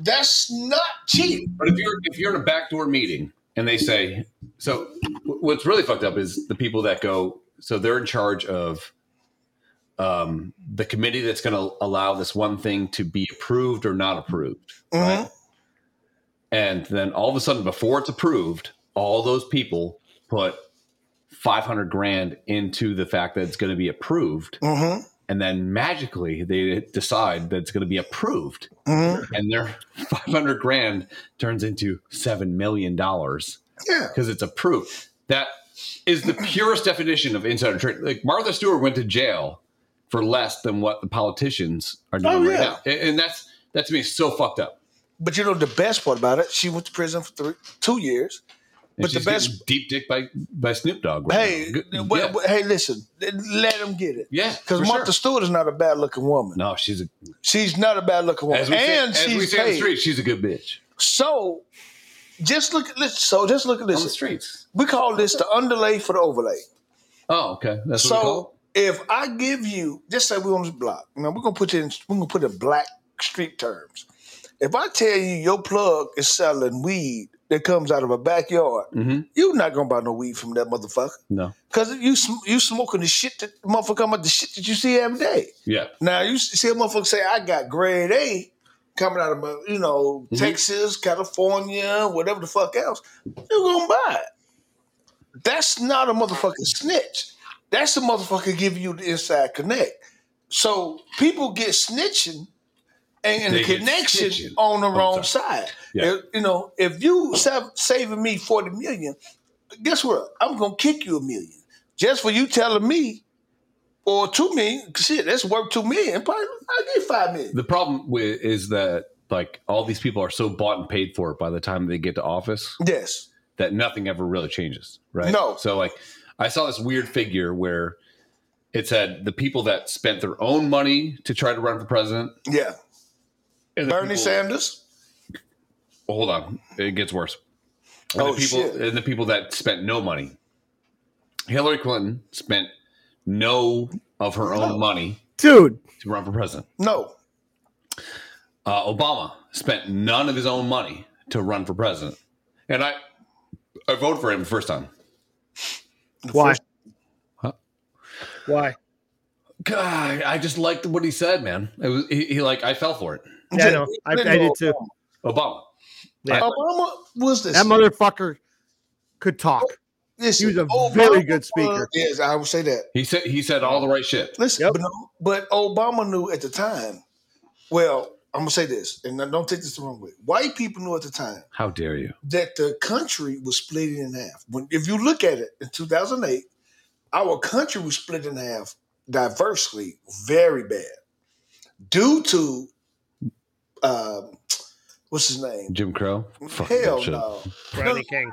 Speaker 6: That's not cheap.
Speaker 3: But if you're if you're in a backdoor meeting and they say so, wh- what's really fucked up is the people that go. So they're in charge of um, the committee that's going to allow this one thing to be approved or not approved. Right? And then all of a sudden, before it's approved, all those people put five hundred grand into the fact that it's going to be approved, and then magically they decide that it's going to be approved, and their five hundred grand turns into seven million dollars
Speaker 6: Yeah.
Speaker 3: because it's approved. That is the purest definition of insider trading. Like Martha Stewart went to jail for less than what the politicians are doing
Speaker 6: Oh,
Speaker 3: right
Speaker 6: yeah.
Speaker 3: now, and, and that's that to me is so fucked up.
Speaker 6: But you know the best part about it, she went to prison for three, two years, But the
Speaker 3: she's
Speaker 6: best-
Speaker 3: getting deep dick by by Snoop Dogg. right
Speaker 6: Hey,
Speaker 3: now. Good-
Speaker 6: well,
Speaker 3: yeah.
Speaker 6: well, hey, listen, let him get it.
Speaker 3: Yeah,
Speaker 6: Because
Speaker 3: for
Speaker 6: Martha
Speaker 3: sure.
Speaker 6: Stewart is not a bad looking woman.
Speaker 3: no, she's a,
Speaker 6: She's not a bad looking woman,
Speaker 3: as we say,
Speaker 6: and
Speaker 3: as we
Speaker 6: she's
Speaker 3: say on the
Speaker 6: paid.
Speaker 3: street, she's a good bitch
Speaker 6: so just look. Listen, so just look at
Speaker 3: on the
Speaker 6: this.
Speaker 3: streets.
Speaker 6: We call this the underlay for the overlay.
Speaker 3: Oh, okay, that's what we
Speaker 6: So
Speaker 3: call.
Speaker 6: if I give you, just say we're on this block. Now we're gonna put it in. We're gonna put it in black street terms. If I tell you your plug is selling weed that comes out of a backyard,
Speaker 3: Mhm.
Speaker 6: you're not gonna buy no weed from that motherfucker.
Speaker 3: No,
Speaker 6: Cause you sm- you smoking the shit that motherfucker come out the shit that you see every day.
Speaker 3: yeah,
Speaker 6: Now you s- see a motherfucker say I got grade A coming out of my, you know
Speaker 3: Mm-hmm.
Speaker 6: Texas, California, whatever the fuck else. You're gonna buy it. That's not a motherfucking snitch. That's a motherfucker giving you the inside connect. So people get snitching and, and
Speaker 3: They
Speaker 6: the
Speaker 3: get
Speaker 6: connection
Speaker 3: snitching. Oh,
Speaker 6: on the wrong
Speaker 3: sorry.
Speaker 6: side.
Speaker 3: Yeah.
Speaker 6: If- you know, if you sa- saving me forty million, guess what? I'm gonna kick you a million just for you telling me or two million. Shit, that's worth two million. Probably I get five million.
Speaker 3: the problem with is that like all these people are so bought and paid for by the time they get to office
Speaker 6: Yes,
Speaker 3: that nothing ever really changes, right?
Speaker 6: No.
Speaker 3: So like I saw this weird figure where it said the people that spent their own money to try to run for president.
Speaker 6: yeah.
Speaker 3: and the
Speaker 6: Bernie
Speaker 3: people-
Speaker 6: Sanders.
Speaker 3: Hold on, it gets worse. And
Speaker 6: Oh
Speaker 3: the people
Speaker 6: shit.
Speaker 3: and the people that spent no money. Hillary Clinton spent no of her own money
Speaker 2: dude.
Speaker 3: to run for president.
Speaker 6: No,
Speaker 3: Uh, Obama spent none of his own money to run for president, and I I voted for him the first time.
Speaker 2: Why?
Speaker 3: Huh?
Speaker 2: Why?
Speaker 3: God, I just liked what he said, man. It was he, he like I fell for it.
Speaker 2: Yeah, I know. I, I did too.
Speaker 3: Obama.
Speaker 6: Obama was this.
Speaker 2: That motherfucker could talk.
Speaker 6: this
Speaker 2: he was a very good speaker.
Speaker 6: Yes, I would say that.
Speaker 3: He said he said all the right shit.
Speaker 6: Listen,
Speaker 2: Yep.
Speaker 6: but, no- but Obama knew at the time. Well, I'm gonna say this, and don't take this the wrong way. White people knew at the time
Speaker 3: How dare you?
Speaker 6: that the country was split in half. When if you look at it in 2008, our country was split in half diversely, very bad, due to um, what's his name?
Speaker 3: Jim Crow. Fuck
Speaker 6: Hell
Speaker 3: bullshit.
Speaker 6: no,
Speaker 2: Rodney King.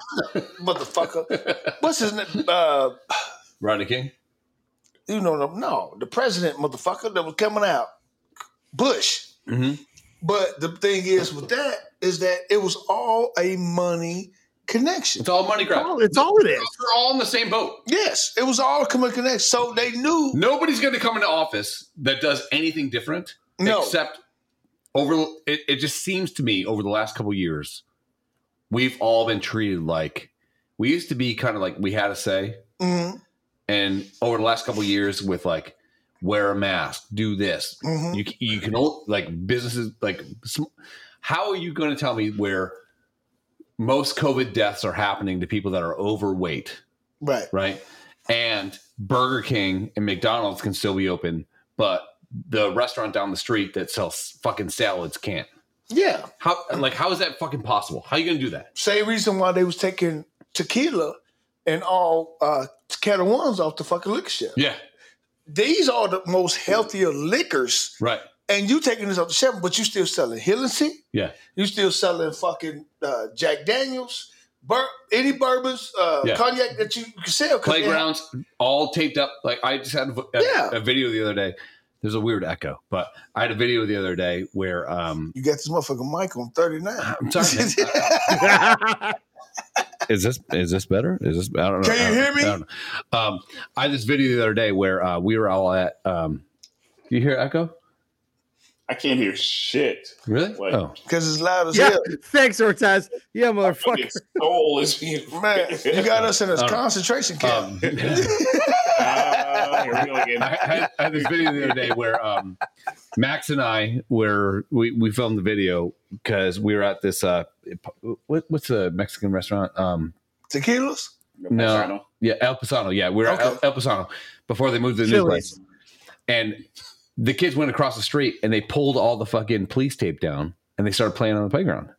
Speaker 6: motherfucker. what's his name? Uh,
Speaker 3: Rodney King.
Speaker 6: you know, no, no, the president, motherfucker, that was coming out, Bush.
Speaker 3: Mhm.
Speaker 6: But the thing is with that is that it was all a money connection.
Speaker 3: It's all money grab.
Speaker 2: Oh, it's all it is.
Speaker 3: They're all in the same boat.
Speaker 6: Yes, it was all a money connection. So they knew
Speaker 3: Nobody's going to come into office that does anything different,
Speaker 6: no.
Speaker 3: except over. It, it just seems to me over the last couple years, we've all been treated like we used to be kind of like we had a say,
Speaker 6: Mhm,
Speaker 3: and over the last couple years with like wear a mask, do this,
Speaker 6: mhm.
Speaker 3: You you can only like businesses like sm- how are you going to tell me where most COVID deaths are happening to people that are overweight,
Speaker 6: Right.
Speaker 3: right? And Burger King and McDonald's can still be open, but the restaurant down the street that sells fucking salads can't.
Speaker 6: Yeah.
Speaker 3: How like how is that fucking possible? How are you going to do that?
Speaker 6: Same reason why they was taking tequila and all uh Kettle Ones off the fucking liquor shelf.
Speaker 3: Yeah,
Speaker 6: These are the most healthier liquors,
Speaker 3: right.
Speaker 6: and you taking this off the shelf, but you still selling Hennessy.
Speaker 3: Yeah.
Speaker 6: You still selling fucking uh, Jack Daniels, bur- any bourbons, uh,
Speaker 3: Yeah.
Speaker 6: cognac that you can sell. 'cause they-
Speaker 3: Playgrounds all taped up. Like I just had a, a-
Speaker 6: Yeah.
Speaker 3: a video the other day. There's a weird echo, but I had a video the other day where um
Speaker 6: You got this motherfucking mic on thirty nine.
Speaker 3: I'm sorry, man. is this is this better? Is this I don't know.
Speaker 6: Can you
Speaker 3: I don't-
Speaker 6: hear me?
Speaker 3: I, don't know. Um, I had this video the other day where uh, we were all at. Um, do you hear echo?
Speaker 1: I can't hear shit.
Speaker 3: Really?
Speaker 1: What?
Speaker 3: Oh,
Speaker 6: Because it's loud as
Speaker 2: yeah.
Speaker 6: hell.
Speaker 2: Thanks, Ortiz. Yeah,
Speaker 1: Fucking
Speaker 2: motherfucker.
Speaker 1: soul is being
Speaker 6: Man, you got us in a
Speaker 3: All right.
Speaker 6: concentration
Speaker 3: um,
Speaker 6: camp.
Speaker 1: Ah, here we go again.
Speaker 3: I, I, I had this video the other day where um, Max and I were we, we filmed the video because we were at this uh, what, what's the Mexican restaurant? Um,
Speaker 6: Tequilas?
Speaker 3: No. yeah, El Pasano. Yeah, we were at El,
Speaker 6: Okay.
Speaker 3: El Pasano before they moved to the new place.
Speaker 2: Chili's.
Speaker 3: and the kids went across the street and they pulled all the fucking police tape down and they started playing on the playground.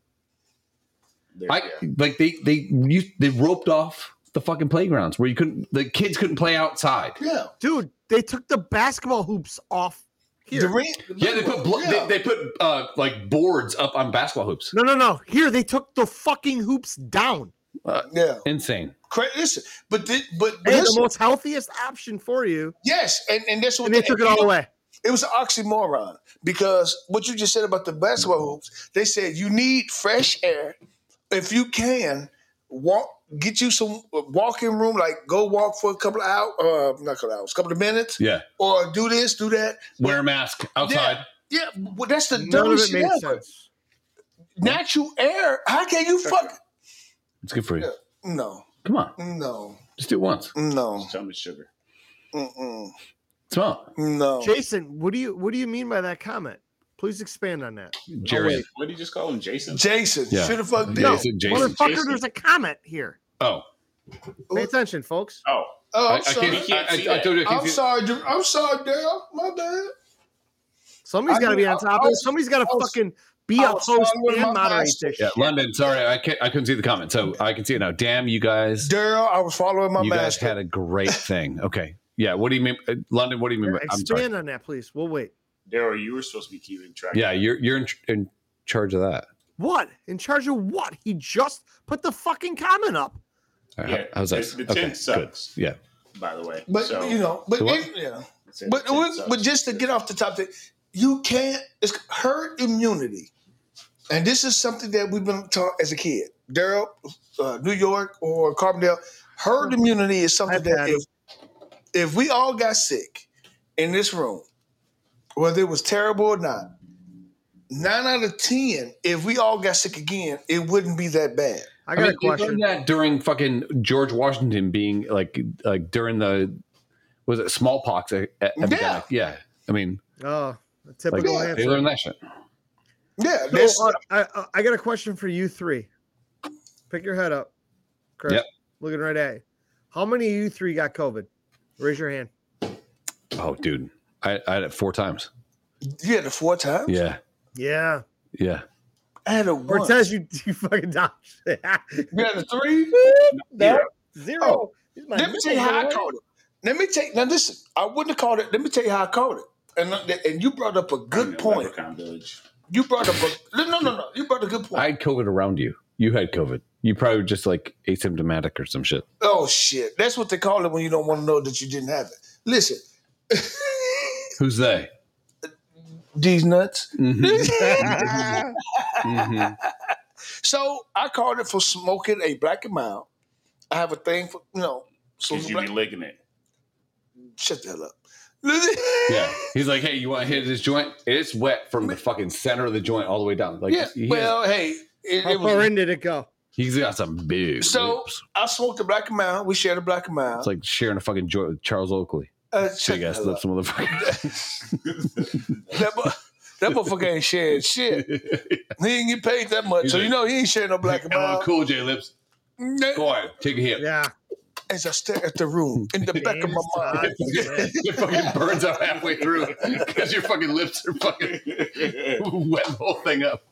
Speaker 1: There,
Speaker 3: I
Speaker 1: yeah.
Speaker 3: like they they you, they roped off the fucking playgrounds where you couldn't the kids couldn't play outside.
Speaker 6: Yeah.
Speaker 2: Dude, they took the basketball hoops off here.
Speaker 6: The ring,
Speaker 3: Yeah, they put blo-
Speaker 6: Yeah.
Speaker 3: they, they put uh, like boards up on basketball hoops.
Speaker 2: No, no, no. Here they took the fucking hoops down.
Speaker 6: Yeah.
Speaker 3: Insane.
Speaker 6: Cra- listen, but thi- but, but
Speaker 2: Hey, the
Speaker 6: listen,
Speaker 2: most healthiest option for you,
Speaker 6: yes, and, and that's what
Speaker 2: and they took it all away.
Speaker 6: It was an oxymoron because what you just said about the basketball hoops, they said you need fresh air. If you can, walk, get you some uh, walking room, like go walk for a couple of hours, uh, not a couple of hours, couple of minutes,
Speaker 3: Yeah.
Speaker 6: or do this, do that.
Speaker 3: Wear a mask outside.
Speaker 6: Yeah, well, that's the
Speaker 2: None of
Speaker 6: dumbest
Speaker 2: it
Speaker 6: shit
Speaker 2: made
Speaker 6: ever.
Speaker 2: sense.
Speaker 6: Natural air. How can you fuck?
Speaker 3: It's good for you.
Speaker 6: Yeah. No,
Speaker 3: Come on.
Speaker 6: no,
Speaker 3: Just do it once.
Speaker 6: no,
Speaker 1: Tell me sugar.
Speaker 6: mm-mm,
Speaker 3: Smell.
Speaker 6: no.
Speaker 2: Jason, what do you what do you mean by that comment? Please expand on that.
Speaker 3: Jerry.
Speaker 1: Oh, What did you just call him, Jason?
Speaker 6: Jason
Speaker 3: Yeah.
Speaker 6: should have fucked
Speaker 3: Yeah,
Speaker 6: no.
Speaker 3: it's a Jason.
Speaker 2: Motherfucker,
Speaker 1: Jason.
Speaker 2: there's a comment here.
Speaker 3: Oh.
Speaker 2: Pay attention, folks.
Speaker 1: Oh,
Speaker 6: Oh,
Speaker 3: I,
Speaker 6: I'm
Speaker 3: I
Speaker 6: sorry.
Speaker 3: can't,
Speaker 1: can't
Speaker 3: I,
Speaker 1: see
Speaker 3: I, I
Speaker 1: that.
Speaker 3: told you I can't
Speaker 6: I'm
Speaker 3: see-
Speaker 6: sorry, Jer- I'm sorry, Dale. My bad.
Speaker 2: Somebody's
Speaker 6: I
Speaker 2: got to
Speaker 6: knew-
Speaker 2: be on top
Speaker 6: I
Speaker 2: of it.
Speaker 6: was-
Speaker 2: Somebody's got to
Speaker 6: I was-
Speaker 2: fucking be
Speaker 6: I
Speaker 2: a
Speaker 6: was
Speaker 2: host
Speaker 6: following
Speaker 2: and
Speaker 6: my
Speaker 2: moderate
Speaker 6: master.
Speaker 2: this
Speaker 3: Yeah,
Speaker 2: shit.
Speaker 3: London. Sorry, I can't. I couldn't see the comment, so I can see it now. Damn, you guys!
Speaker 6: Daryl, I was following my
Speaker 3: you guys
Speaker 6: master.
Speaker 3: had a great thing. Okay, yeah. What do you mean, uh, London? What do you mean? by- I'm sorry.
Speaker 2: Expand on that, please. We'll wait.
Speaker 1: Daryl, you were supposed to be keeping track.
Speaker 3: Yeah, you're you're in, in charge of that.
Speaker 2: What? In charge of what? He just put the fucking comment up.
Speaker 3: All right,
Speaker 1: Yeah,
Speaker 3: how's that?
Speaker 1: the- the tin sucks.
Speaker 3: Yeah,
Speaker 1: By the way,
Speaker 6: but
Speaker 1: so,
Speaker 6: you know, but
Speaker 3: So what?
Speaker 6: it- yeah.
Speaker 1: I said
Speaker 6: But
Speaker 1: the tin sucks.
Speaker 6: but just to get off the topic, you can't. It's herd immunity, and this is something that we've been taught as a kid. Daryl, uh, New York or Carbondale, herd immunity is something
Speaker 2: Hmm. I've
Speaker 6: that
Speaker 2: had
Speaker 6: if if we all got sick in this room, whether it was terrible or not, nine out of ten, if we all got sick again, it wouldn't be that bad.
Speaker 2: I
Speaker 3: I,
Speaker 2: got
Speaker 3: mean,
Speaker 2: a
Speaker 3: they learned
Speaker 2: question.
Speaker 3: that during fucking George Washington being like like during the was it smallpox e- e- epidemic? Yeah. I mean,
Speaker 2: Oh, a
Speaker 3: like
Speaker 2: typical
Speaker 3: they
Speaker 2: answer.
Speaker 3: learned that shit.
Speaker 6: Yeah,
Speaker 2: So,
Speaker 6: that's-
Speaker 2: uh, I, I- I got a question for you three. Pick your head up, Chris.
Speaker 3: Yep.
Speaker 2: Looking right at you. How many of you three got COVID? Raise your hand.
Speaker 3: Oh, dude, I, I had it four times.
Speaker 6: you had it four times.
Speaker 3: Yeah,
Speaker 2: Yeah.
Speaker 3: yeah.
Speaker 6: I had a one.
Speaker 2: Cortez, you, you fucking dodged.
Speaker 6: You had a three.
Speaker 2: no, zero.
Speaker 6: Oh,
Speaker 2: He's my
Speaker 6: Let me
Speaker 2: man,
Speaker 6: tell you how I
Speaker 2: boy.
Speaker 6: caught it. Let me take now. Listen, I wouldn't have caught it. Let me tell you how I caught it. And uh, and you brought up a
Speaker 1: I'm in
Speaker 6: good
Speaker 1: a
Speaker 6: point.
Speaker 1: leprechaun village.
Speaker 6: You brought up a no, no, no, no. You brought a good point.
Speaker 3: I had COVID around you. You had COVID. You probably were just like asymptomatic or some shit.
Speaker 6: oh shit, that's what they call it when you don't want to know that you didn't have it. Listen,
Speaker 3: Who's they?
Speaker 6: these nuts.
Speaker 3: Mm-hmm. Mhm.
Speaker 6: so I called it for smoking a black and mild. I have a thing for you know. So
Speaker 1: Cause you be
Speaker 6: black,
Speaker 1: licking it.
Speaker 6: shut the hell up.
Speaker 3: Yeah. He's like, hey, you want to hit this joint? It's wet from the fucking center of the joint all the way down. Like,
Speaker 6: yeah.
Speaker 3: he has-
Speaker 6: Well, hey, it,
Speaker 2: How
Speaker 6: it
Speaker 2: far
Speaker 6: was.
Speaker 2: in did it go?
Speaker 3: he's got some big.
Speaker 6: So-
Speaker 3: loops.
Speaker 6: I smoked a black and mild. We shared a black and mild.
Speaker 3: it's like sharing a fucking joint with Charles Oakley.
Speaker 6: uh, shut
Speaker 3: Big
Speaker 6: the
Speaker 3: ass
Speaker 6: hell up.
Speaker 3: lips, motherfucker.
Speaker 6: That, bu- that motherfucker ain't sharing shit. He ain't get paid that much, so you know he ain't sharing no black and
Speaker 3: LL
Speaker 6: mild.
Speaker 3: Cool J lips. Go on, take a hit.
Speaker 2: Uh, Yeah.
Speaker 6: As I stare at the room in the back of my mind,
Speaker 3: It fucking burns out halfway through because your fucking lips are fucking wet the whole thing up.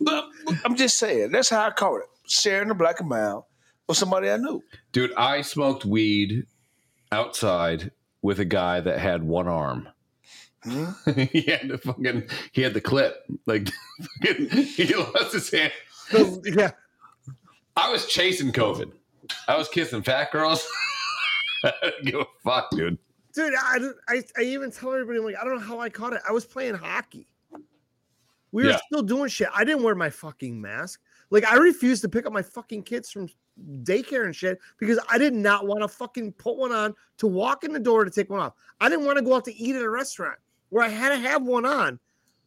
Speaker 6: but I'm just saying that's how I caught it. Sharing the black and mild with somebody I knew.
Speaker 3: Dude, I smoked weed outside with a guy that had one arm.
Speaker 6: Hmm?
Speaker 3: he had the fucking he had the clip. Like he lost his hand.
Speaker 2: So, yeah.
Speaker 3: I was chasing COVID. I was kissing fat girls. I don't give a fuck, dude.
Speaker 2: Dude, I, don't- I, I even tell everybody, I'm like, I don't know how I caught it. I was playing hockey. We were
Speaker 3: Yeah.
Speaker 2: still doing shit. I didn't wear my fucking mask. Like, I refused to pick up my fucking kids from daycare and shit because I did not want to fucking put one on to walk in the door to take one off. I didn't want to go out to eat at a restaurant where I had to have one on,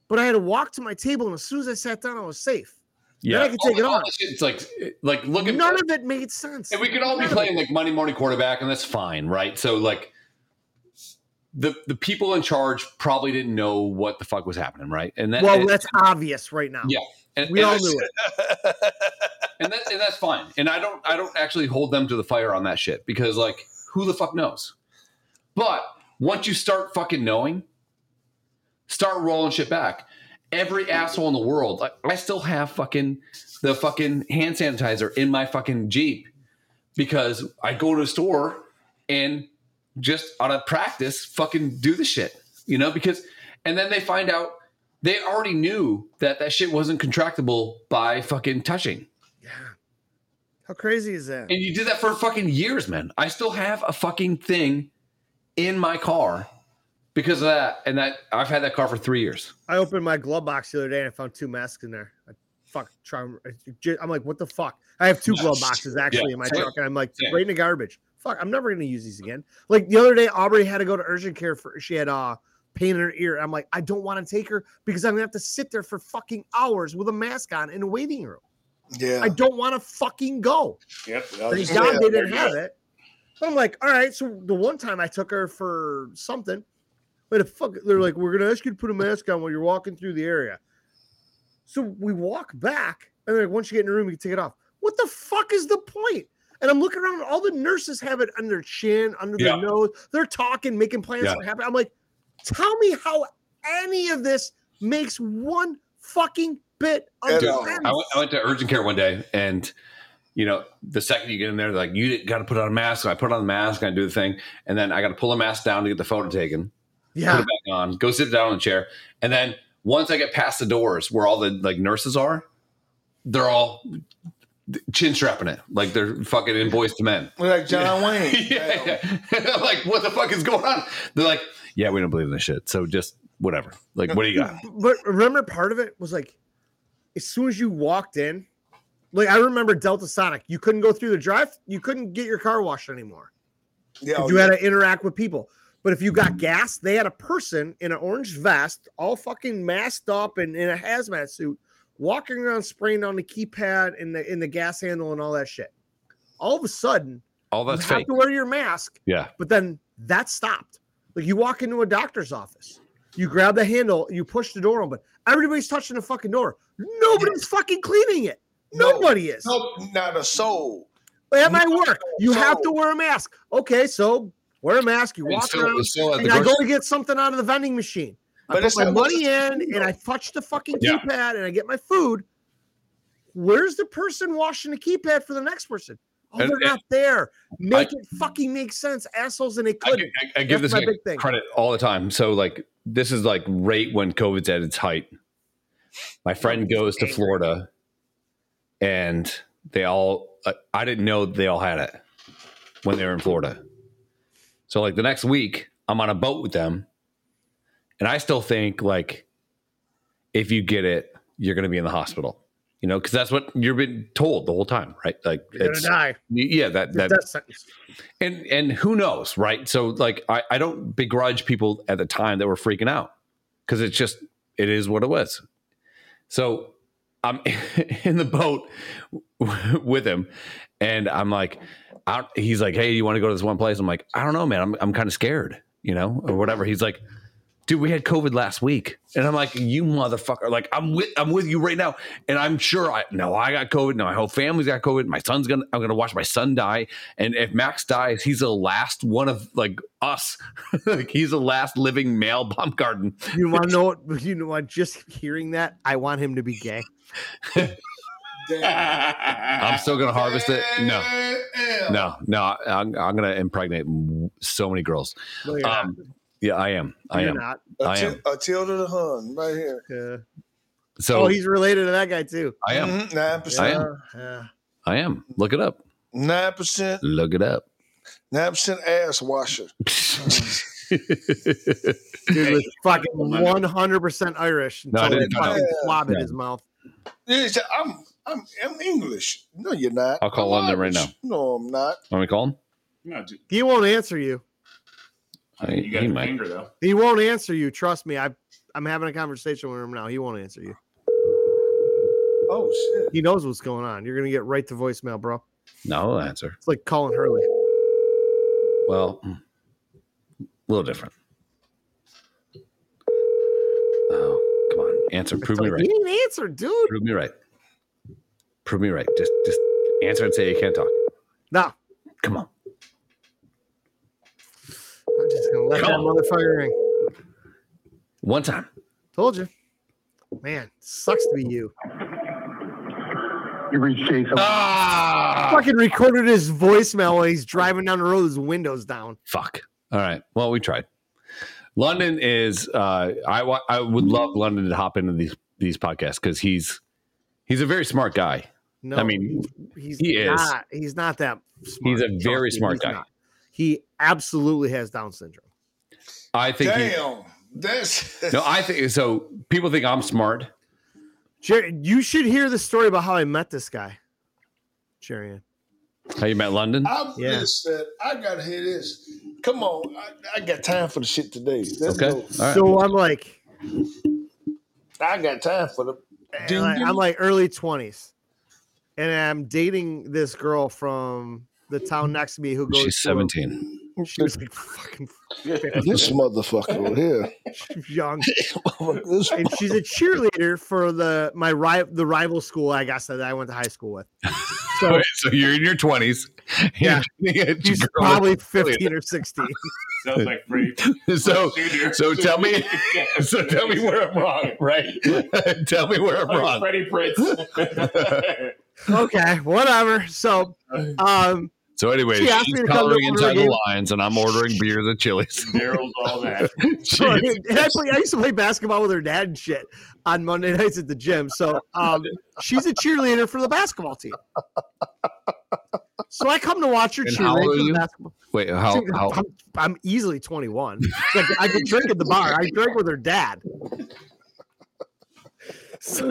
Speaker 2: but I had to walk to my table. And as soon as I sat down, I was safe. Then I can take
Speaker 3: All-
Speaker 2: it
Speaker 3: all
Speaker 2: on.
Speaker 3: that shit, It's like like look at
Speaker 2: None of it made sense.
Speaker 3: And we could all be playing like Monday morning quarterback, and that's fine, right? So like the the people in charge probably didn't know what the fuck was happening, right? And that
Speaker 2: Well,
Speaker 3: and-
Speaker 2: that's obvious right now.
Speaker 3: Yeah. and,
Speaker 2: We
Speaker 3: and
Speaker 2: all
Speaker 3: that's-
Speaker 2: knew it.
Speaker 3: and, that, and that's fine. And I don't I don't actually hold them to the fire on that shit because like who the fuck knows? But once you start fucking knowing, start rolling shit back. Every asshole in the world, like I still have fucking the fucking hand sanitizer in my fucking Jeep because I go to the store and just out of practice fucking do the shit, you know, because and then they find out They already knew that that shit wasn't contractable by fucking touching.
Speaker 2: How crazy is that?
Speaker 3: And you did that for fucking years, man. I still have a fucking thing in my car because of that. And that I've had that car for three years.
Speaker 2: I opened my glove box the other day and I found two masks in there. I fuck try. I'm like, what the fuck? I have two glove boxes actually in my
Speaker 3: same,
Speaker 2: truck, and I'm like,
Speaker 3: same.
Speaker 2: right in the garbage. Fuck, I'm never gonna use these again. Like the other day, Aubrey had to go to urgent care for she had uh pain in her ear. I'm like, I don't want to take her because I'm gonna have to sit there for fucking hours with a mask on in a waiting room.
Speaker 6: Yeah.
Speaker 2: I don't want to fucking go.
Speaker 1: Yep.
Speaker 2: Thank
Speaker 6: Yeah.
Speaker 2: God they didn't have it. But I'm like, all right. So the one time I took her for something, but the fuck, they're like, we're gonna ask you to put a mask on while you're walking through the area. So we walk back, and they're like, once you get in the room, you can take it off. What the fuck is the point? And I'm looking around, and all the nurses have it on their chin, under
Speaker 3: Yeah.
Speaker 2: their nose. They're talking, making plans
Speaker 3: Yeah.
Speaker 2: for happen. I'm like, tell me how any of this makes one fucking bit of
Speaker 6: At
Speaker 3: Dude,
Speaker 6: all.
Speaker 2: sense.
Speaker 3: I went, I went to urgent care one day, and you know, the second you get in there, they're like, you got to put on a mask. And I put on the mask and I do the thing, and then I got to pull the mask down to get the photo taken, put
Speaker 2: yeah,
Speaker 3: it back on, go sit down in the chair, and then once I get past the doors where all the like nurses are, they're all chin strapping it like they're fucking in boys to men.
Speaker 6: We're like John Wayne.
Speaker 3: yeah, yeah. I'm like, what the fuck is going on? They're like, yeah, we don't believe in this shit, so just whatever. Like, what do you got?
Speaker 2: but remember part of it was like as soon as you walked in like i remember delta sonic you couldn't go through the drive you couldn't get your car washed anymore
Speaker 6: Oh, Yeah.
Speaker 2: you had to interact with people but if you got gas they had a person in an orange vest all fucking masked up and in a hazmat suit walking around spraying on the keypad and the in the gas handle and all that shit all of a sudden
Speaker 3: All
Speaker 2: you
Speaker 3: that's
Speaker 2: have
Speaker 3: fake.
Speaker 2: to wear your mask
Speaker 3: Yeah,
Speaker 2: but then that stopped. Like you walk into a doctor's office, you grab the handle, you push the door open. Everybody's touching the fucking door. Nobody's fucking cleaning it. Nobody is.
Speaker 6: Nope, not a soul.
Speaker 2: At my work, you
Speaker 6: no.
Speaker 2: have to wear a mask. Okay, so wear a mask. You
Speaker 3: And
Speaker 2: walk
Speaker 3: still,
Speaker 2: around.
Speaker 3: still at the
Speaker 2: And I
Speaker 3: grocery
Speaker 2: go to get something out of the vending machine. I
Speaker 6: But
Speaker 2: put
Speaker 6: it's
Speaker 2: my
Speaker 6: not-
Speaker 2: money in, and I touch the fucking
Speaker 3: Yeah.
Speaker 2: keypad, and I get my food. Where's the person washing the keypad for the next person? Oh,
Speaker 3: And-
Speaker 2: they're not there. Make it fucking make sense, assholes, and they
Speaker 3: I,
Speaker 2: couldn't.
Speaker 3: gi- I, I give
Speaker 2: That's
Speaker 3: this
Speaker 2: my
Speaker 3: guy
Speaker 2: big thing.
Speaker 3: credit all the time. So like this is like right when COVID's at its height. My friend goes to Florida, and they all I- I didn't know they all had it when they were in Florida. So like the next week, I'm on a boat with them, and I still think like if you get it, you're going to be in the hospital. You know, because that's what you're being told the whole time, right? Like
Speaker 2: You're gonna
Speaker 3: it's
Speaker 2: die.
Speaker 3: yeah, that that
Speaker 2: Death sentence.
Speaker 3: and and who knows right so like i, I don't begrudge people at the time that were freaking out because it's just it is what it was so i'm in the boat with him and i'm like I, he's like hey you want to go to this one place i'm like i don't know man i'm, I'm kind of scared you know or whatever he's like dude we had covid last week and i'm like you motherfucker like i'm with i'm with you right now and i'm sure i no i got covid no my whole family's got covid my son's gonna i'm gonna watch my son die and if max dies he's the last one of like us like he's the last living male baumgarten
Speaker 2: You want to know what? You know what? Just hearing that, I want him to be gay.
Speaker 6: Damn.
Speaker 3: i'm still gonna harvest it no
Speaker 6: Damn.
Speaker 3: no no I- i'm, I'm gonna impregnate so many girls
Speaker 2: No, you're
Speaker 3: um yeah i am
Speaker 2: not.
Speaker 3: i
Speaker 2: You're
Speaker 3: am
Speaker 2: not.
Speaker 3: I
Speaker 6: Attil-
Speaker 3: am.
Speaker 6: Attila the Hun, right here.
Speaker 2: Uh,
Speaker 3: so
Speaker 2: oh, he's related to that guy too.
Speaker 3: i am
Speaker 6: Mhm, Nine
Speaker 3: I
Speaker 6: percent.
Speaker 3: am.
Speaker 2: Yeah.
Speaker 3: i am look it up
Speaker 6: Nine percent.
Speaker 3: look it up
Speaker 6: Nine percent ass washer.
Speaker 2: Oh. Dude was fucking one hundred percent Irish
Speaker 3: No, I
Speaker 2: until they
Speaker 3: didn't know
Speaker 2: fucking
Speaker 6: that.
Speaker 2: swab in his mouth.
Speaker 6: Yeah, so I'm, I'm, I'm English. No, you're not.
Speaker 3: I'll call
Speaker 6: I'm
Speaker 3: London right
Speaker 6: Irish. No, I'm not.
Speaker 3: want me to call him
Speaker 1: No, dude,
Speaker 2: He won't answer you.
Speaker 1: I mean, you got
Speaker 3: He
Speaker 1: the
Speaker 3: might.
Speaker 1: finger though.
Speaker 2: He won't answer you. Trust me. I I'm having a conversation with him now. He won't answer you.
Speaker 6: Oh shit.
Speaker 2: He knows what's going on. You're gonna get right to voicemail, bro.
Speaker 3: no I'll answer
Speaker 2: It's like calling Hurley.
Speaker 3: well
Speaker 4: hmm,
Speaker 3: a little different oh come on answer
Speaker 2: It's
Speaker 3: prove me
Speaker 2: like,
Speaker 3: right
Speaker 2: He ain't answer, dude.
Speaker 3: Prove me right. Prove me right. Just just answer and say you can't talk.
Speaker 2: No,
Speaker 3: Come on.
Speaker 2: I'm just gonna let
Speaker 3: Come
Speaker 2: that
Speaker 3: on.
Speaker 2: motherfucker ring.
Speaker 3: One time.
Speaker 2: Told you. Man, sucks to be you.
Speaker 9: You reached Jason.
Speaker 3: Ah!
Speaker 2: fucking recorded his voicemail while he's driving down the road with his windows down.
Speaker 3: Fuck. All right. Well, we tried.
Speaker 4: London is. Uh, I wa- I would love London to hop into these these podcasts because he's he's a very smart guy.
Speaker 2: No,
Speaker 4: I mean,
Speaker 2: he's
Speaker 4: he is.
Speaker 2: not. He's not that. Smart.
Speaker 4: He's a
Speaker 2: Trust
Speaker 4: very
Speaker 2: me,
Speaker 4: smart
Speaker 2: he's
Speaker 4: guy.
Speaker 2: not. He absolutely has Down syndrome.
Speaker 4: I think. he-
Speaker 6: Damn. That's
Speaker 4: no, I think so. People think I'm smart.
Speaker 2: Jerry, you should hear the story about how I met this guy, Jerry.
Speaker 4: How you met London?
Speaker 6: I'm
Speaker 2: Yeah.
Speaker 6: listen, I gotta hear this. Come on, I, I got time for the shit today. Let's
Speaker 4: Okay.
Speaker 6: go.
Speaker 4: All right.
Speaker 2: So I'm like,
Speaker 6: I got time for the.
Speaker 2: and like- I'm like early 20s, and I'm dating this girl from the town next to me who goes.
Speaker 4: She's
Speaker 2: to a-
Speaker 4: 17.
Speaker 2: She was like fucking
Speaker 6: this motherfucker over here.
Speaker 2: young,
Speaker 6: This
Speaker 2: and she's a cheerleader for the my ri- the rival school. I guess that I went to high school with. So
Speaker 4: Okay, so you're in your 20s.
Speaker 2: Yeah.
Speaker 4: She's
Speaker 2: she's probably 15 or 16.
Speaker 1: Sounds like Freddie.
Speaker 4: so.
Speaker 1: Junior.
Speaker 4: So tell me. So tell me where I'm wrong, right? tell me where I'm
Speaker 1: Like
Speaker 4: wrong.
Speaker 1: Freddie Prince.
Speaker 2: okay, whatever. So, um,
Speaker 4: So anyway,
Speaker 2: She asked
Speaker 4: she's
Speaker 2: me to come to
Speaker 4: coloring
Speaker 2: order
Speaker 4: inside
Speaker 2: again.
Speaker 4: the lines, and I'm ordering beers at Chili's.
Speaker 1: Daryl's all that.
Speaker 2: so I, and I play, I used to play basketball with her dad and shit on Monday nights at the gym. So, um, she's a cheerleader for the basketball team. So I come to watch her
Speaker 4: And how old
Speaker 2: cheerlead
Speaker 4: are
Speaker 2: for the
Speaker 4: you?
Speaker 2: basketball.
Speaker 4: Wait, how? how
Speaker 2: I'm, I'm easily 21. It's Like I could drink at the bar. I drank with her dad. So,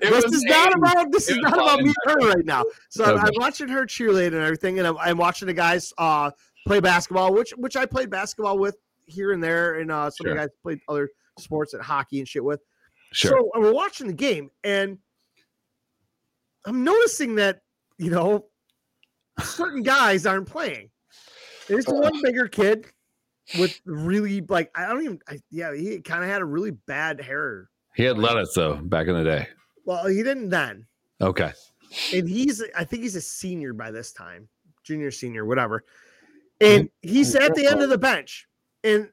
Speaker 2: this
Speaker 4: was
Speaker 2: is not
Speaker 4: Aiden.
Speaker 2: about this
Speaker 4: It
Speaker 2: is
Speaker 4: was
Speaker 2: not about
Speaker 4: Aiden.
Speaker 2: me and her right now. So I'm,
Speaker 4: Okay.
Speaker 2: I'm watching her cheerlead and everything, and I'm, I'm watching the guys uh, play basketball, which which I played basketball with here and there, and uh, some of
Speaker 4: Sure.
Speaker 2: the guys played other sports and hockey and shit with.
Speaker 4: sure.
Speaker 2: So we're watching the game, and I'm noticing that you know certain guys aren't playing. There's the one bigger kid with really like I don't even I, yeah he kind of had a really bad hair.
Speaker 4: He had lettuce though back in the day.
Speaker 2: Well, he didn't then,
Speaker 4: Okay.
Speaker 2: and he's I think he's a senior by this time, junior, senior, whatever.
Speaker 4: Mm-hmm.
Speaker 2: And he's at the end of the bench, and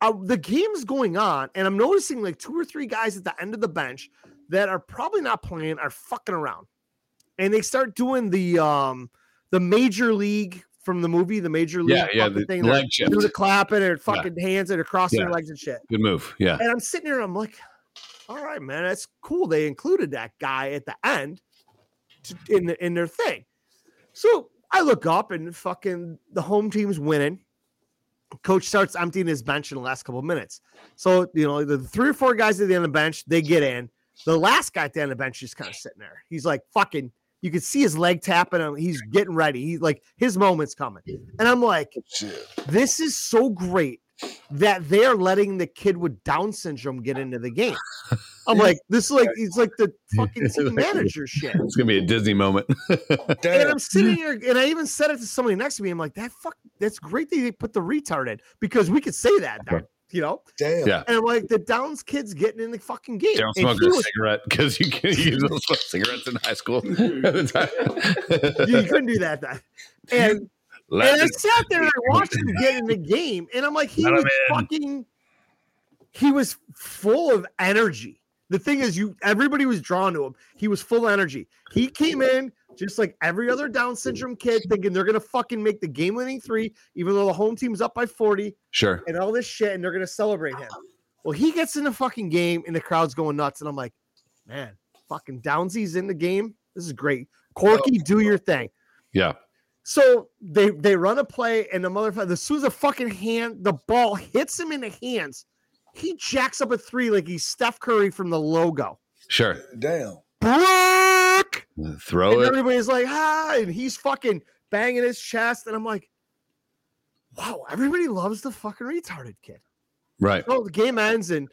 Speaker 2: uh, the game's going on, and I'm noticing like two or three guys at the end of the bench that are probably not playing are fucking around, and they start doing the um the major league from the movie, the major league,
Speaker 4: Yeah, yeah.
Speaker 2: fucking
Speaker 4: The
Speaker 2: thing. They're
Speaker 4: leg shift.
Speaker 2: doing the
Speaker 4: Good
Speaker 2: clapping and fucking hands and they're crossing
Speaker 4: Yeah.
Speaker 2: their legs and shit.
Speaker 4: move. Yeah.
Speaker 2: And I'm sitting here and I'm like, all right, man, that's cool. They included that guy at the end to, in the, in their thing. So I look up and fucking the home team's winning. Coach starts emptying his bench in the last couple of minutes. So, you know, the three or four guys at the end of the bench, they get in. The last guy at the end of the bench is kind of sitting there. He's like, fucking, you can see his leg tapping him. He's getting ready. He's like, his moment's coming. And I'm like,
Speaker 6: shit.
Speaker 2: this is so great that they're letting the kid with Down syndrome get into the game. I'm like, this is like he's like the fucking team manager shit.
Speaker 4: It's gonna be a Disney moment.
Speaker 2: And
Speaker 6: Damn.
Speaker 2: I'm sitting here, and I even said it to somebody next to me. I'm like, that fuck, that's great that they put the retard in because we could say that,
Speaker 4: Okay.
Speaker 2: you know.
Speaker 6: Damn.
Speaker 4: Yeah.
Speaker 2: And I'm like, the Downs kid's getting in the fucking game.
Speaker 4: Don't
Speaker 2: And
Speaker 4: smoke
Speaker 2: he
Speaker 4: a
Speaker 2: was-
Speaker 4: cigarette because you can you don't smoke cigarettes in high school.
Speaker 2: you couldn't do that then. And and I
Speaker 4: Lettuce.
Speaker 2: sat there and I watched him get in the game, and I'm like, he
Speaker 4: Let
Speaker 2: was
Speaker 4: him in.
Speaker 2: fucking, he was full of energy. The thing is, you everybody was drawn to him. He was full of energy. He came in just like every other Down syndrome kid, thinking they're gonna fucking make the game-winning three, even though the home team's up by forty
Speaker 4: Sure.
Speaker 2: and all this shit, and they're gonna celebrate him. Well, he gets in the fucking game, and the crowd's going nuts, and I'm like, man, fucking Downsy's in the game. This is great. Corky, do your thing.
Speaker 4: Yeah.
Speaker 2: So they they run a play, and the motherfucker, as soon as the fucking hand, the ball hits him in the hands, he jacks up a three like he's Steph Curry from the logo.
Speaker 4: Sure.
Speaker 6: Damn.
Speaker 2: Brock!
Speaker 4: Throw
Speaker 2: And
Speaker 4: it.
Speaker 2: everybody's like, ah, and he's fucking banging his chest. And I'm like, wow, everybody loves the fucking retarded kid.
Speaker 4: Right.
Speaker 2: So the game ends, and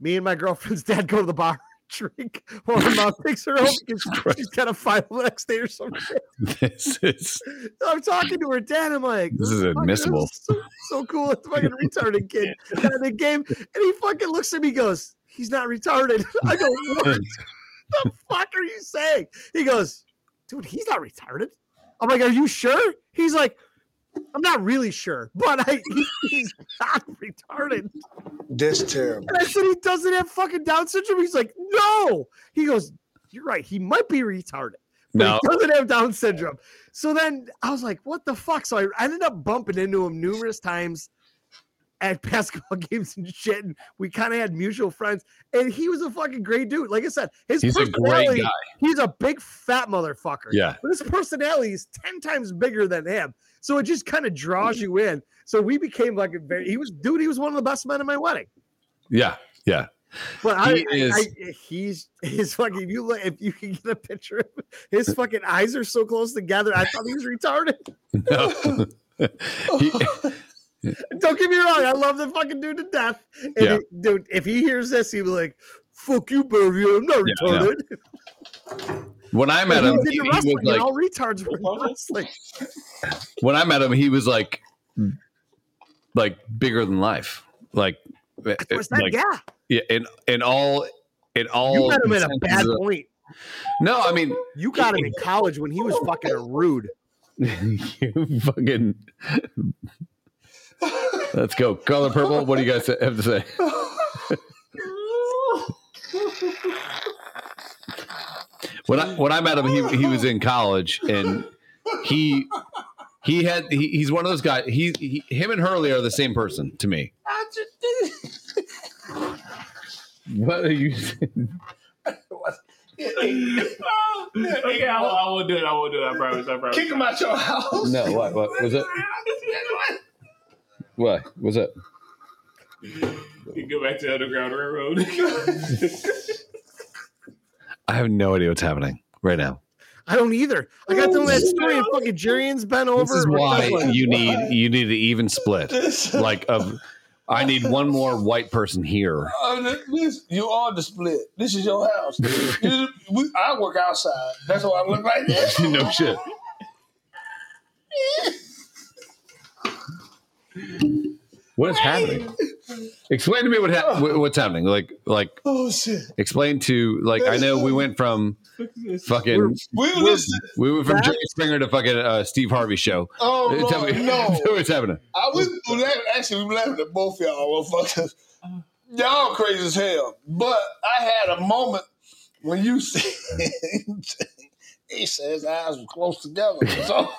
Speaker 2: me and my girlfriend's dad go to the bar. Drink while her mom takes her home because she's got a final the next day or something.
Speaker 4: This is
Speaker 2: I'm talking to her dad. I'm like,
Speaker 4: This is
Speaker 2: fucking-
Speaker 4: admissible.
Speaker 2: is So, so cool. It's fucking retarded kid got in the game. And he fucking looks at me, goes, He's not retarded. I go, What the fuck are you saying? He goes, Dude, he's not retarded. I'm like, Are you sure? He's like, I'm not really sure, but I, he- he's not retarded.
Speaker 6: That's terrible.
Speaker 2: And I said, He doesn't have fucking Down syndrome. He's like, No. He goes, You're right. He might be retarded but
Speaker 4: no.
Speaker 2: he doesn't have Down syndrome. So then I was like, what the fuck? So I ended up bumping into him numerous times at basketball games and shit. And we kind of had mutual friends. And he was a fucking great dude. Like I said, his
Speaker 3: He's a great
Speaker 2: personality-
Speaker 3: guy.
Speaker 2: He's a big fat motherfucker.
Speaker 3: Yeah.
Speaker 2: But his personality is 10 times bigger than him. So it just kind of
Speaker 3: Mm-hmm.
Speaker 2: draws you in. So we became like a very, he was, dude, he was one of the best men at my wedding.
Speaker 3: Yeah. Yeah.
Speaker 2: But I,
Speaker 3: He is-
Speaker 2: I, I, he's his fucking. If you look, if you can get a picture of him,
Speaker 3: Uh,
Speaker 2: his fucking eyes are so close together. I thought he was retarded.
Speaker 3: No. He-
Speaker 2: Don't get me wrong, I love the fucking dude to death. And
Speaker 3: Yeah.
Speaker 2: it- dude, if he hears this, he'd be like, "Fuck you, Barry, I'm not
Speaker 3: Yeah, yeah.
Speaker 2: retarded."
Speaker 3: when I met
Speaker 2: But he
Speaker 3: him,
Speaker 2: was
Speaker 3: he
Speaker 2: into
Speaker 3: was
Speaker 2: wrestling, and
Speaker 3: like,
Speaker 2: all retards were in wrestling.
Speaker 3: when I met him, he was like, like bigger than life. Like,
Speaker 2: What's that?
Speaker 3: like-
Speaker 2: yeah,
Speaker 3: yeah, in in all in all.
Speaker 2: you met him at a bad
Speaker 3: senses of-
Speaker 2: point.
Speaker 3: No, I mean
Speaker 2: You got him in college when he was fucking a rude.
Speaker 3: you fucking. Let's go, color purple. What do you guys have to say? when I when I met him, he he was in college, and he he had he, he's one of those guys. He, he him and Hurley are the same person to me. What are you?
Speaker 1: okay, I, won't- I won't do it. I won't do it. I promise. I promise.
Speaker 6: Kick him out your house.
Speaker 3: No, what what was it? What was it?
Speaker 1: You go back to Underground Railroad.
Speaker 3: I have no idea what's happening right now.
Speaker 2: I don't either. I got through that story and fucking Jurian's bent over.
Speaker 3: This is
Speaker 2: and we're
Speaker 3: why
Speaker 2: fucking-
Speaker 3: you need you need an even split. Like of, I need one more white person here.
Speaker 6: Oh, this- this- you are the split. This is your house. You- we- I work outside. That's why I look like this.
Speaker 3: no shit. What is happening? Explain to me what hap- wh- what's happening. Like like
Speaker 6: Oh shit.
Speaker 3: explain to like I know we went from fucking
Speaker 6: We were listening.
Speaker 3: we went from Jerry Springer to fucking uh, Steve Harvey show.
Speaker 6: Oh
Speaker 3: Uh, Tell
Speaker 6: Lord,
Speaker 3: me
Speaker 6: no.
Speaker 3: what's happening.
Speaker 6: I we we laugh- actually we laughing at both y'all motherfuckers. Y'all crazy as hell. But I had a moment when you said he said his eyes were close together. So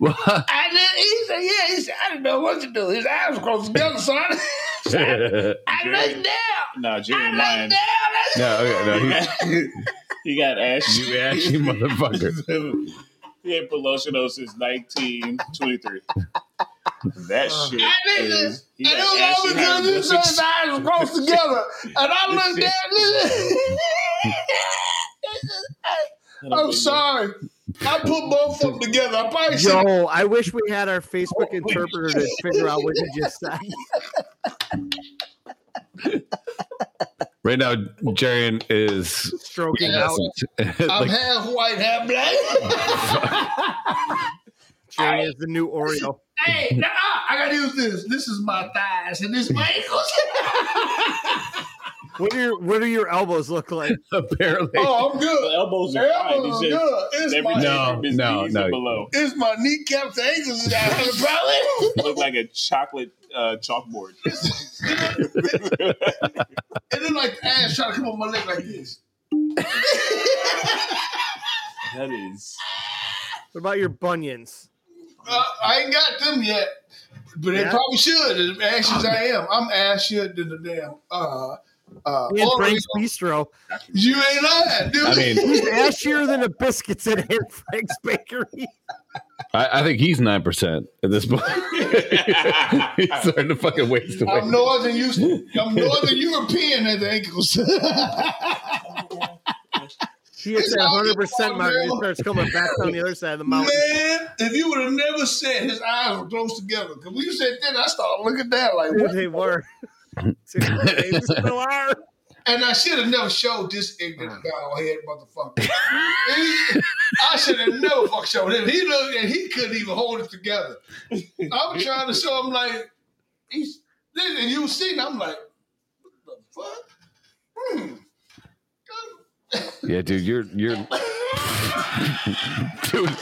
Speaker 3: Well,
Speaker 6: I did, he said, yeah, he said, I didn't know what to do. His eyes were close together, so I, I looked down.
Speaker 1: nah,
Speaker 6: I
Speaker 1: Jerry,
Speaker 6: looked down.
Speaker 1: mine.
Speaker 6: That's-
Speaker 3: no, okay, no, he-
Speaker 1: He got ass.
Speaker 3: you ashy motherfucker.
Speaker 1: He ain't put lotion on since 1923. That shit
Speaker 6: I did
Speaker 1: is.
Speaker 6: this.
Speaker 1: He
Speaker 6: And it
Speaker 1: got
Speaker 6: was
Speaker 1: ashy
Speaker 6: only because you said his
Speaker 1: hieroglyphics.
Speaker 6: eyes were close together. And I looked down. Listen. I'm Oh, sorry. I put both of them together. I probably should
Speaker 2: Yo, I wish we had our Facebook interpreter to figure out what you just said.
Speaker 3: Right now, Jarian is
Speaker 2: Stroking out.
Speaker 6: I'm
Speaker 3: like,
Speaker 6: half white, half black.
Speaker 2: Jerry is the new Oreo.
Speaker 6: hey, nah, I gotta use this. This is my thighs and this is my ankles.
Speaker 2: What do your What do your elbows look like?
Speaker 3: apparently.
Speaker 6: oh, I'm
Speaker 1: The
Speaker 6: good.
Speaker 1: elbows are fine.
Speaker 6: Elbows
Speaker 1: He's
Speaker 6: are
Speaker 1: just
Speaker 6: good. It's my,
Speaker 1: everything
Speaker 3: No,
Speaker 1: from his
Speaker 3: no,
Speaker 1: knees
Speaker 3: no.
Speaker 1: and below.
Speaker 6: it's my kneecaps to ankles is out of the
Speaker 1: Look like a chocolate uh, chalkboard.
Speaker 6: problem. and then like ass trying to come on my leg like this.
Speaker 1: That is.
Speaker 2: What about your bunions?
Speaker 6: Uh, I ain't got them yet, but they
Speaker 2: Yeah.
Speaker 6: probably should. As ashy as I am, I'm ashier than the damn. Uh, uh,
Speaker 2: And
Speaker 6: Oreo.
Speaker 2: Frank's Bistro.
Speaker 6: you ain't lying, dude.
Speaker 3: I mean,
Speaker 2: He's ashier than the biscuits at Aunt Frank's Bakery.
Speaker 3: I, I think he's nine percent at this point. he's starting to fucking waste away.
Speaker 6: I'm northern Houston. I'm northern European at the ankles.
Speaker 2: She hits that 100 percent mark and it starts coming back down the other side of the mountain.
Speaker 6: Man, if you would have never said his eyes were close together, because when you said that, I started looking down like,
Speaker 2: Dude,
Speaker 6: what?
Speaker 2: they were. They still are.
Speaker 6: and I should have never showed this ignorant guy head motherfucker. He- I should have never fuck showed him. He looked and he couldn't even hold it together. I was trying to show him like he's then and you seen. I'm like, what the fuck? Hmm.
Speaker 3: Yeah, dude, you're you're dude.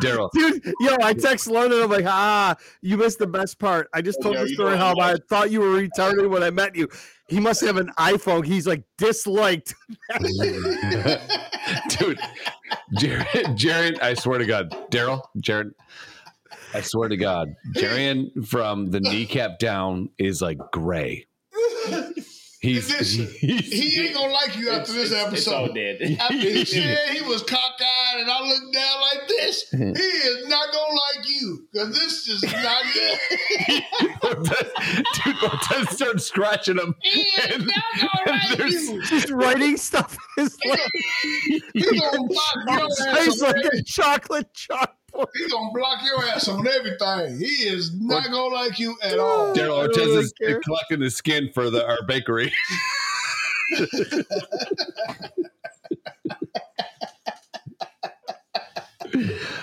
Speaker 3: Daryl,
Speaker 2: Dude, yo, I text London. I'm like, ah, you missed the best part. I just told
Speaker 1: Oh, Yeah,
Speaker 2: the
Speaker 1: you
Speaker 2: story
Speaker 1: know
Speaker 2: how
Speaker 1: I
Speaker 2: I thought you were retarded when I met you. He must have an iPhone. He's like disliked.
Speaker 3: dude, Jared, Jared, I swear to God, Daryl, Jared, I swear to God, Darian from the kneecap down is like gray. He's,
Speaker 6: This-
Speaker 3: he's
Speaker 6: He ain't gonna like you after this
Speaker 1: it's, it's all
Speaker 6: episode.
Speaker 1: dead.
Speaker 6: After he said he was cockeyed and I looked down like this, he is not gonna like you because this is not good.
Speaker 3: dude Ortiz starts scratching him.
Speaker 6: He is
Speaker 3: And-
Speaker 6: not gonna
Speaker 3: and
Speaker 6: like
Speaker 3: there's-
Speaker 6: you.
Speaker 2: Just writing stuff is like,
Speaker 6: He's gonna block your ass.
Speaker 2: tastes
Speaker 6: On,
Speaker 2: like a chocolate chalkboard.
Speaker 6: he's gonna block your ass on everything. He is not gonna like you at all.
Speaker 3: Daryl
Speaker 2: I don't
Speaker 3: Ortiz
Speaker 2: really
Speaker 3: is
Speaker 2: care.
Speaker 3: collecting the skin for the our bakery.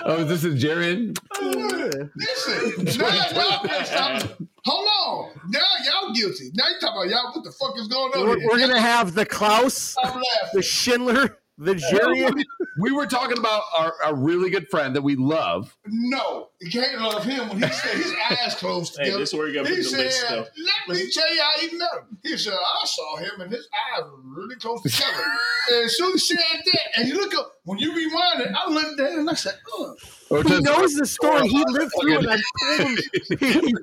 Speaker 3: oh, this is Jaron.
Speaker 6: Listen, now y'all pissed off. Hold on. Now y'all guilty. Now you talking about y'all. What the fuck is going on?
Speaker 2: We're,
Speaker 6: here?
Speaker 2: we're gonna have the Klaus,
Speaker 6: Stop laughing.
Speaker 2: the Schindler, the Jurian.
Speaker 3: We were talking about our, our really good friend that we love.
Speaker 6: No, you can't love him when he said his eyes closed
Speaker 1: Hey,
Speaker 6: together.
Speaker 1: this is where we got to put
Speaker 6: he
Speaker 1: the list
Speaker 6: said,
Speaker 1: though.
Speaker 6: "Let me tell you how he met him." He said, "I saw him and his eyes were really close together." and as soon as she said that, and you look up when you rewind it, I looked at it and I said, "Oh,
Speaker 2: Who
Speaker 3: Ortiz-
Speaker 2: knows the story? He
Speaker 3: "Oh,
Speaker 2: lived through it. I've told him.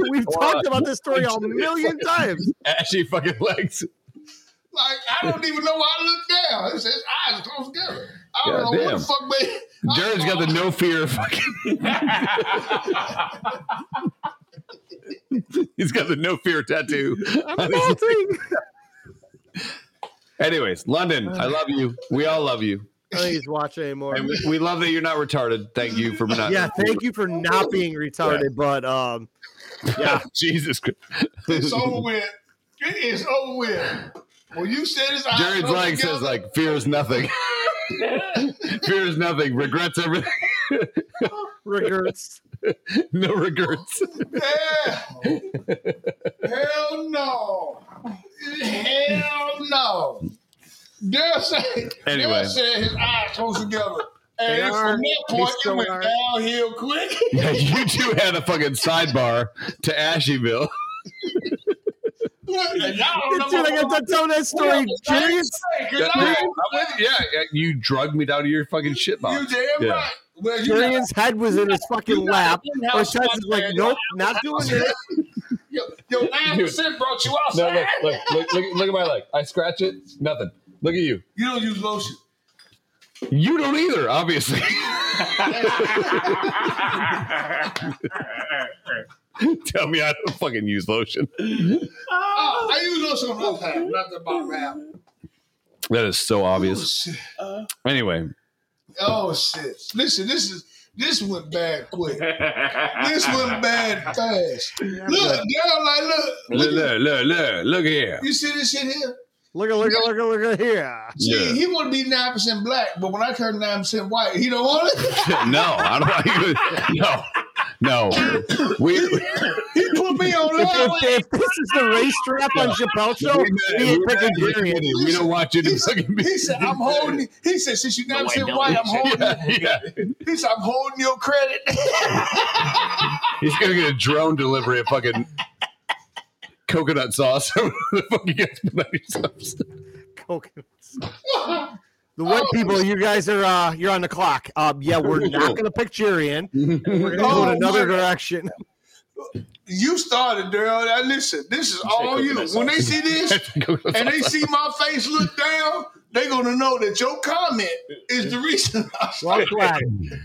Speaker 2: We've talked about this story a million times.
Speaker 3: uh, ashy fucking legs.
Speaker 6: like I don't even know why I looked down." He said, "His eyes are close together." I don't know
Speaker 3: Goddamn.
Speaker 6: what the fuck made.
Speaker 3: Jared's got the no fear fucking. He's got the no fear tattoo.
Speaker 2: I'm melting.
Speaker 3: Anyways, London,
Speaker 2: Uh.
Speaker 3: I love you. We all love you.
Speaker 2: I don't think he's watching anymore.
Speaker 3: And we, we love that you're not retarded. Thank you for not.
Speaker 2: Yeah, thank you for not being retarded, but um,
Speaker 3: Yeah, Jesus Christ.
Speaker 6: It's over with. It is over with. When you said his eyes
Speaker 3: Jared's
Speaker 6: close
Speaker 3: leg says
Speaker 6: together,
Speaker 3: like fear is nothing. fear is nothing. Regrets everything.
Speaker 2: regrets.
Speaker 3: No regrets.
Speaker 6: Hell, hell no. Hell no. Dale said,
Speaker 3: Anyway.
Speaker 6: Dale said his eyes close together. And
Speaker 2: They are.
Speaker 6: from that
Speaker 2: They
Speaker 6: point, it
Speaker 2: still
Speaker 6: went
Speaker 2: are.
Speaker 6: downhill quick.
Speaker 3: Yeah, you two had a fucking sidebar to Ashyville.
Speaker 6: and y'all
Speaker 2: Dude,
Speaker 6: don't
Speaker 2: I got to tell that story. Jurian's
Speaker 3: Yeah, yeah, I'm with you. Yeah, yeah, you drugged me down to your fucking shit
Speaker 6: You
Speaker 3: box.
Speaker 6: damn
Speaker 3: Yeah.
Speaker 6: right. Well, you know,
Speaker 2: Jurian's head was in his fucking lap.
Speaker 6: in-house
Speaker 2: Ortiz is like,
Speaker 6: one, man.
Speaker 2: nope, not doing this.
Speaker 6: your, your 9% brought you
Speaker 3: No,
Speaker 6: outside.
Speaker 3: look, look, look, look, look at my leg. I scratch it, nothing. Look at you.
Speaker 6: You don't use lotion.
Speaker 3: You don't either, obviously. Tell me I don't fucking use lotion.
Speaker 6: Oh, I use lotion on the other time, not the bottom half.
Speaker 3: That is so
Speaker 6: Oh,
Speaker 3: obvious.
Speaker 6: shit.
Speaker 3: Anyway,
Speaker 6: Oh, shit. Listen, this is this went bad quick. This went bad fast. Look, girl, like, look,
Speaker 3: look, look, look, look, look here.
Speaker 6: you see this shit here?
Speaker 2: Look at, look at, look at, look at here.
Speaker 6: See,
Speaker 3: Yeah.
Speaker 6: he want to be nine percent black, but when I turn nine percent white, he don't want it.
Speaker 3: No, I don't like No, no. We, we,
Speaker 6: he put me on the
Speaker 2: If,
Speaker 6: highway.
Speaker 2: if this is the race strap on Chappelle show, we
Speaker 3: we,
Speaker 2: ain't picking Jurian.
Speaker 3: we don't want you
Speaker 6: He
Speaker 3: to
Speaker 6: said,
Speaker 3: fucking be.
Speaker 6: he said, "I'm holding." He said, "Since you nine percent white, I'm holding."
Speaker 3: Yeah, yeah.
Speaker 6: He said, "I'm holding your credit."
Speaker 3: He's gonna get a drone delivery of fucking coconut sauce. What the fuck you guys put on yourselves?
Speaker 2: coconuts. The white
Speaker 6: Oh.
Speaker 2: people, you guys are uh, you're on the clock. Uh, yeah, we're not going to pick Jurian. We're going to
Speaker 6: Oh,
Speaker 2: go in another
Speaker 6: my-
Speaker 2: direction.
Speaker 6: you started, girl. Now listen, this is all you. When they see this
Speaker 3: Coconut
Speaker 6: and they
Speaker 3: sauce.
Speaker 6: see my face look down, they gonna know that your comment is the reason. I started.
Speaker 2: Well, I'm glad.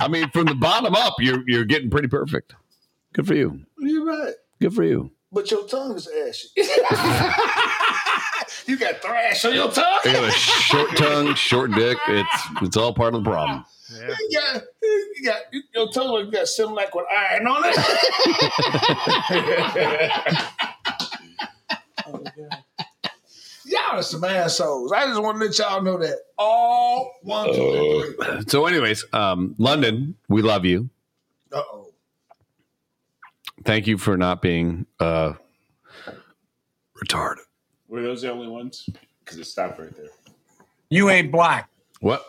Speaker 3: I mean, from the bottom up, you're you're getting pretty perfect. Good for you.
Speaker 6: You're right.
Speaker 3: Good for you.
Speaker 6: But your tongue is ashy. you got thrash on your tongue.
Speaker 3: I got a short tongue, short dick. It's it's all part of the problem.
Speaker 6: You got, you got your tongue like you got Similac with iron on it. Oh, y'all are some assholes. I just want to let y'all know that all one, two, and three.
Speaker 3: So, anyways, um, London, we love you.
Speaker 6: Uh oh.
Speaker 3: Thank you for not being uh, retarded.
Speaker 10: Were those the only ones? Because it stopped right there.
Speaker 11: You ain't black.
Speaker 3: What?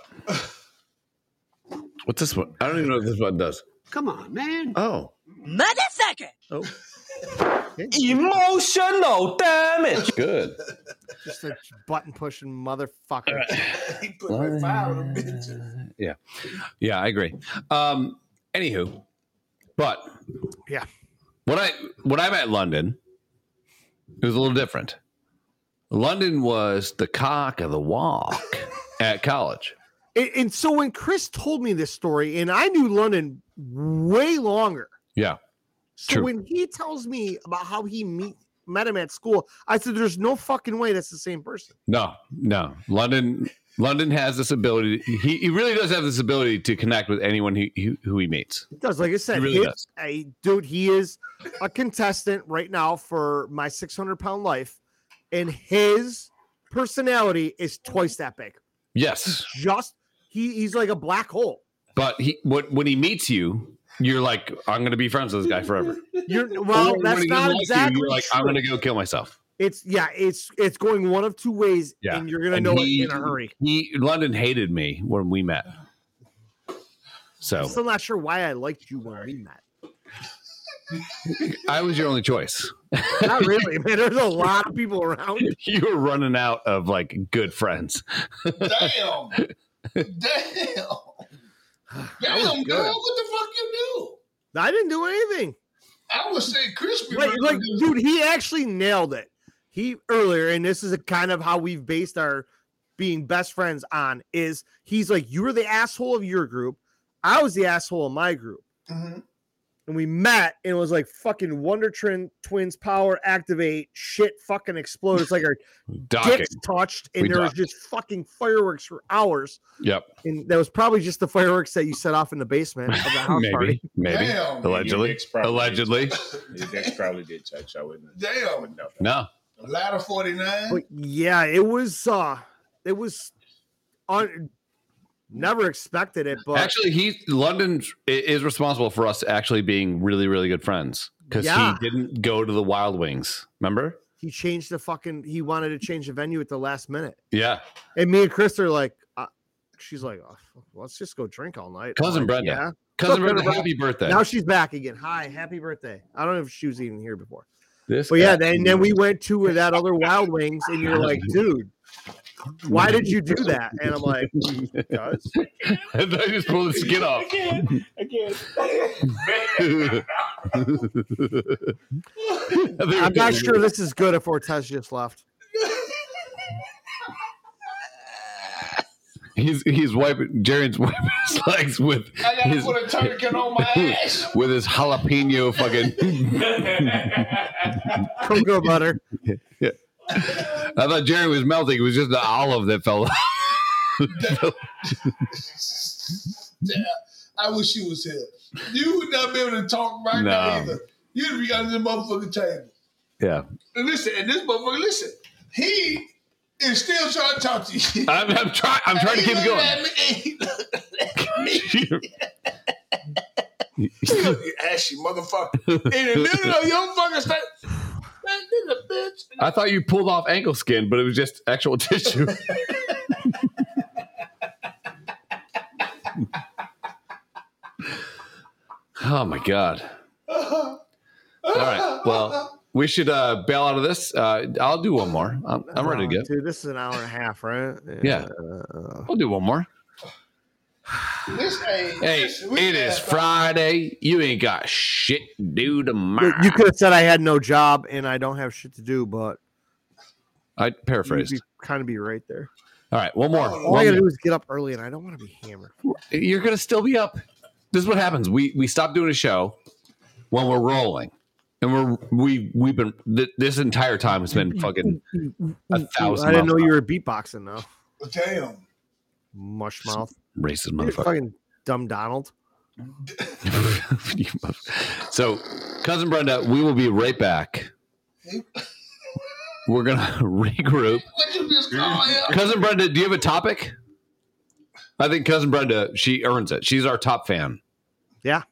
Speaker 3: What's this one? I don't even know what this one does.
Speaker 12: Come on, man.
Speaker 3: Oh,
Speaker 13: Motherfucker!
Speaker 11: Emotional damage.
Speaker 3: good.
Speaker 2: Just a button pushing motherfucker.
Speaker 6: He put like five of them bitches.
Speaker 3: Yeah, I agree. Um, anywho, But
Speaker 2: Yeah.
Speaker 3: when I when I'm at London, it was a little different. London was the cock of the walk at college.
Speaker 2: And, and so when Chris told me this story, and I knew London way longer.
Speaker 3: Yeah.
Speaker 2: So
Speaker 3: True.
Speaker 2: when he tells me about how he meet met him at school, I said, "There's no fucking way that's the same person."
Speaker 3: No, no. London London has this ability. He, he really does have this ability to connect with anyone he, who who he meets.
Speaker 2: He does, like I said,
Speaker 3: He really
Speaker 2: his-
Speaker 3: does.
Speaker 2: I- dude, he is a contestant right now for my 600 pound life, and his personality is twice that big.
Speaker 3: Yes.
Speaker 2: Just he, he's like a black hole.
Speaker 3: But he what when he meets you, you're like, I'm gonna be friends with this guy forever.
Speaker 2: You're well,
Speaker 3: Or when
Speaker 2: that's
Speaker 3: he
Speaker 2: not
Speaker 3: doesn't like you,
Speaker 2: exactly.
Speaker 3: you're like, I'm
Speaker 2: true.
Speaker 3: gonna go kill myself.
Speaker 2: It's yeah, it's it's going one of two ways,
Speaker 3: Yeah.
Speaker 2: and you're gonna
Speaker 3: And
Speaker 2: know
Speaker 3: he-
Speaker 2: it in a hurry.
Speaker 3: He London hated me when we met.
Speaker 2: I'm
Speaker 3: So
Speaker 2: still not sure why I liked you when we met.
Speaker 3: I was your only choice.
Speaker 2: Not really, man. There's a lot of people around.
Speaker 3: You were running out of like good friends.
Speaker 6: Damn. Damn. Damn, girl, what the fuck you
Speaker 2: I didn't do anything.
Speaker 6: do? I would say crispy.
Speaker 2: Like,
Speaker 6: but-
Speaker 2: like, dude, he actually nailed it. He earlier, and this is a kind of how we've based our being best friends on is he's like, you were the asshole of your group. I was the asshole of my group.
Speaker 6: Mhm.
Speaker 2: and we met and it was like fucking Wonder Twin Twins power activate shit fucking explode. It's like our
Speaker 3: Docking.
Speaker 2: dicks touched and
Speaker 3: We
Speaker 2: there was just fucking fireworks for hours.
Speaker 3: Yep.
Speaker 2: And that was probably just the fireworks that you set off in the basement of the house
Speaker 3: Maybe.
Speaker 2: party.
Speaker 3: Maybe.
Speaker 6: Damn.
Speaker 3: Allegedly. Allegedly.
Speaker 1: His ex probably did touch. I wouldn't. I
Speaker 6: Damn.
Speaker 1: wouldn't know. that.
Speaker 3: No.
Speaker 6: Ladder 49.
Speaker 2: But yeah, it was uh it was on never expected it, but
Speaker 3: actually, he London i- is responsible for us actually being really, really good friends because
Speaker 2: Yeah.
Speaker 3: he didn't go to the Wild Wings. Remember?
Speaker 2: he changed the fucking he wanted to change the venue at the last minute.
Speaker 3: Yeah,
Speaker 2: And me and Chris are like uh, she's like, oh, fuck, let's just go drink all night. I'm
Speaker 3: Cousin
Speaker 2: like,
Speaker 3: Brenda.
Speaker 2: Yeah.
Speaker 3: cousin
Speaker 2: Look,
Speaker 3: Brenda,
Speaker 2: everybody-
Speaker 3: happy birthday!
Speaker 2: Now she's back again. Hi, happy birthday. I don't know if she was even here before.
Speaker 3: this,
Speaker 2: But yeah,
Speaker 3: guy-
Speaker 2: then then we went to that other Wild Wings, and you're like, dude, why did you do that? And I'm like, because
Speaker 3: And I just pulled the skin off.
Speaker 1: Again, again.
Speaker 2: I'm not sure this is good if Ortez just left.
Speaker 3: He's he's wiping Jaren's wiping his legs with
Speaker 6: I gotta
Speaker 3: his
Speaker 6: put a turkin on my ass.
Speaker 3: with his jalapeno fucking.
Speaker 2: Cocoa butter.
Speaker 3: I thought Jaren was melting. It was just the olive that fell. off.
Speaker 6: Damn. I wish you was here. You would not be able to talk right
Speaker 3: No.
Speaker 6: now either. You'd be under the motherfucking table.
Speaker 3: Yeah,
Speaker 6: And listen, and this motherfucker, listen, he is still trying to talk to you.
Speaker 3: I'm, I'm trying. I'm trying to
Speaker 6: He
Speaker 3: keep
Speaker 6: looking
Speaker 3: going.
Speaker 6: at me and he looking at me.
Speaker 3: He's
Speaker 6: He look, you ashy motherfucker. In the middle of your fucking state. That nigga bitch.
Speaker 3: I thought you pulled off ankle skin, but it was just actual tissue. oh my god! All right, well, we should uh, bail out of this. Uh, I'll do one more. I'm, I'm ready to
Speaker 2: Uh,
Speaker 3: go.
Speaker 2: Dude, this is an hour and a half, right?
Speaker 3: Yeah. We'll do one more.
Speaker 6: This ain't.
Speaker 3: Hey,
Speaker 6: listen, we uh,
Speaker 3: it is
Speaker 6: got-
Speaker 3: Friday. You ain't got shit to do tomorrow.
Speaker 2: You- You could have said I had no job and I don't have shit to do, but
Speaker 3: I
Speaker 2: you'd
Speaker 3: paraphrased.
Speaker 2: be, kind of be right there.
Speaker 3: All right, one more.
Speaker 2: All I
Speaker 3: One
Speaker 2: gotta do is get up early, and I don't want to be hammered.
Speaker 3: you're gonna still be up. This is what happens. We we stop doing a show when we're rolling, and we're we we've been th- this entire time has been fucking a thousand.
Speaker 2: I didn't know
Speaker 3: miles
Speaker 2: you were beatboxing though,
Speaker 6: Damn.
Speaker 2: mush mouth.
Speaker 3: an hour. racist
Speaker 2: You're
Speaker 3: motherfucker.
Speaker 2: fucking dumb Donald.
Speaker 3: You motherf- so, cousin Brenda, we will be right back. We're gonna regroup.
Speaker 6: What you just call him?
Speaker 3: Cousin Brenda, do you have a topic? I think cousin Brenda, she earns it. She's our top fan.
Speaker 2: Yeah.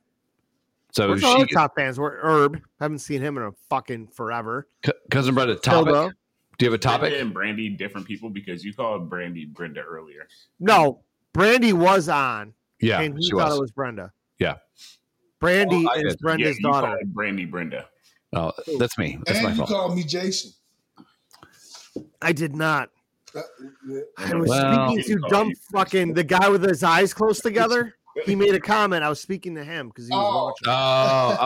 Speaker 3: So
Speaker 2: Where's our
Speaker 3: Oh, she,
Speaker 2: other top fans? We're Herb. Haven't seen him in a fucking forever.
Speaker 3: C- cousin Brenda,
Speaker 2: Dildo.
Speaker 3: topic. Do you
Speaker 1: Brenda
Speaker 3: have a topic?
Speaker 1: and Brandy different people because you called Brandy Brenda earlier.
Speaker 2: No, Brandy was on,
Speaker 3: Yeah,
Speaker 2: and he
Speaker 3: she
Speaker 2: thought
Speaker 3: was.
Speaker 2: it was Brenda.
Speaker 3: Yeah.
Speaker 2: Brandy
Speaker 3: Oh, I
Speaker 2: is
Speaker 3: did.
Speaker 2: Brenda's
Speaker 1: you
Speaker 2: daughter.
Speaker 1: called Brandy Brenda.
Speaker 3: Oh, that's me. That's my
Speaker 6: And you
Speaker 3: fault.
Speaker 6: call me Jason. Uh,
Speaker 2: I did not.
Speaker 6: That- that-
Speaker 2: I was
Speaker 3: Well-
Speaker 2: speaking to dumb fucking the guy with his eyes closed together. He made a comment. I was speaking to him because he was
Speaker 6: Oh.
Speaker 2: watching.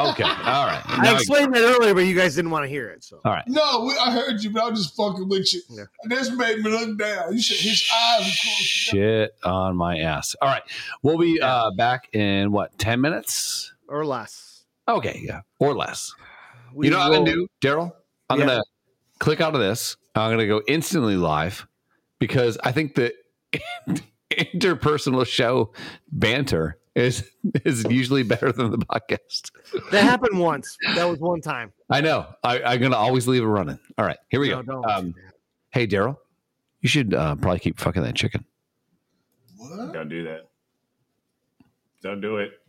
Speaker 3: Oh, okay. All right. Now
Speaker 2: I explained that earlier, but you guys didn't want to hear it. So
Speaker 3: All right.
Speaker 6: No, we, I heard you, but I was just fucking with you.
Speaker 2: Yeah.
Speaker 6: And this made me look down. You said his eyes were closed.
Speaker 3: Shit on my ass. All right. We'll be uh, back in what, 10 minutes?
Speaker 2: or less.
Speaker 3: Okay. Yeah. Or less.
Speaker 2: We
Speaker 3: you know what I'm going to
Speaker 2: will-
Speaker 3: do, Daryl? I'm
Speaker 2: Yeah.
Speaker 3: going to click out of this. I'm going to go instantly live because I think the interpersonal show banter is is usually better than the podcast.
Speaker 2: That happened once. That was one time.
Speaker 3: I know. I, I'm going to always leave it running. All right. Here we
Speaker 2: No,
Speaker 3: go.
Speaker 2: don't.
Speaker 3: Um, hey, Daryl, you should uh, probably keep fucking that chicken.
Speaker 6: What?
Speaker 1: Don't do that. Don't do it.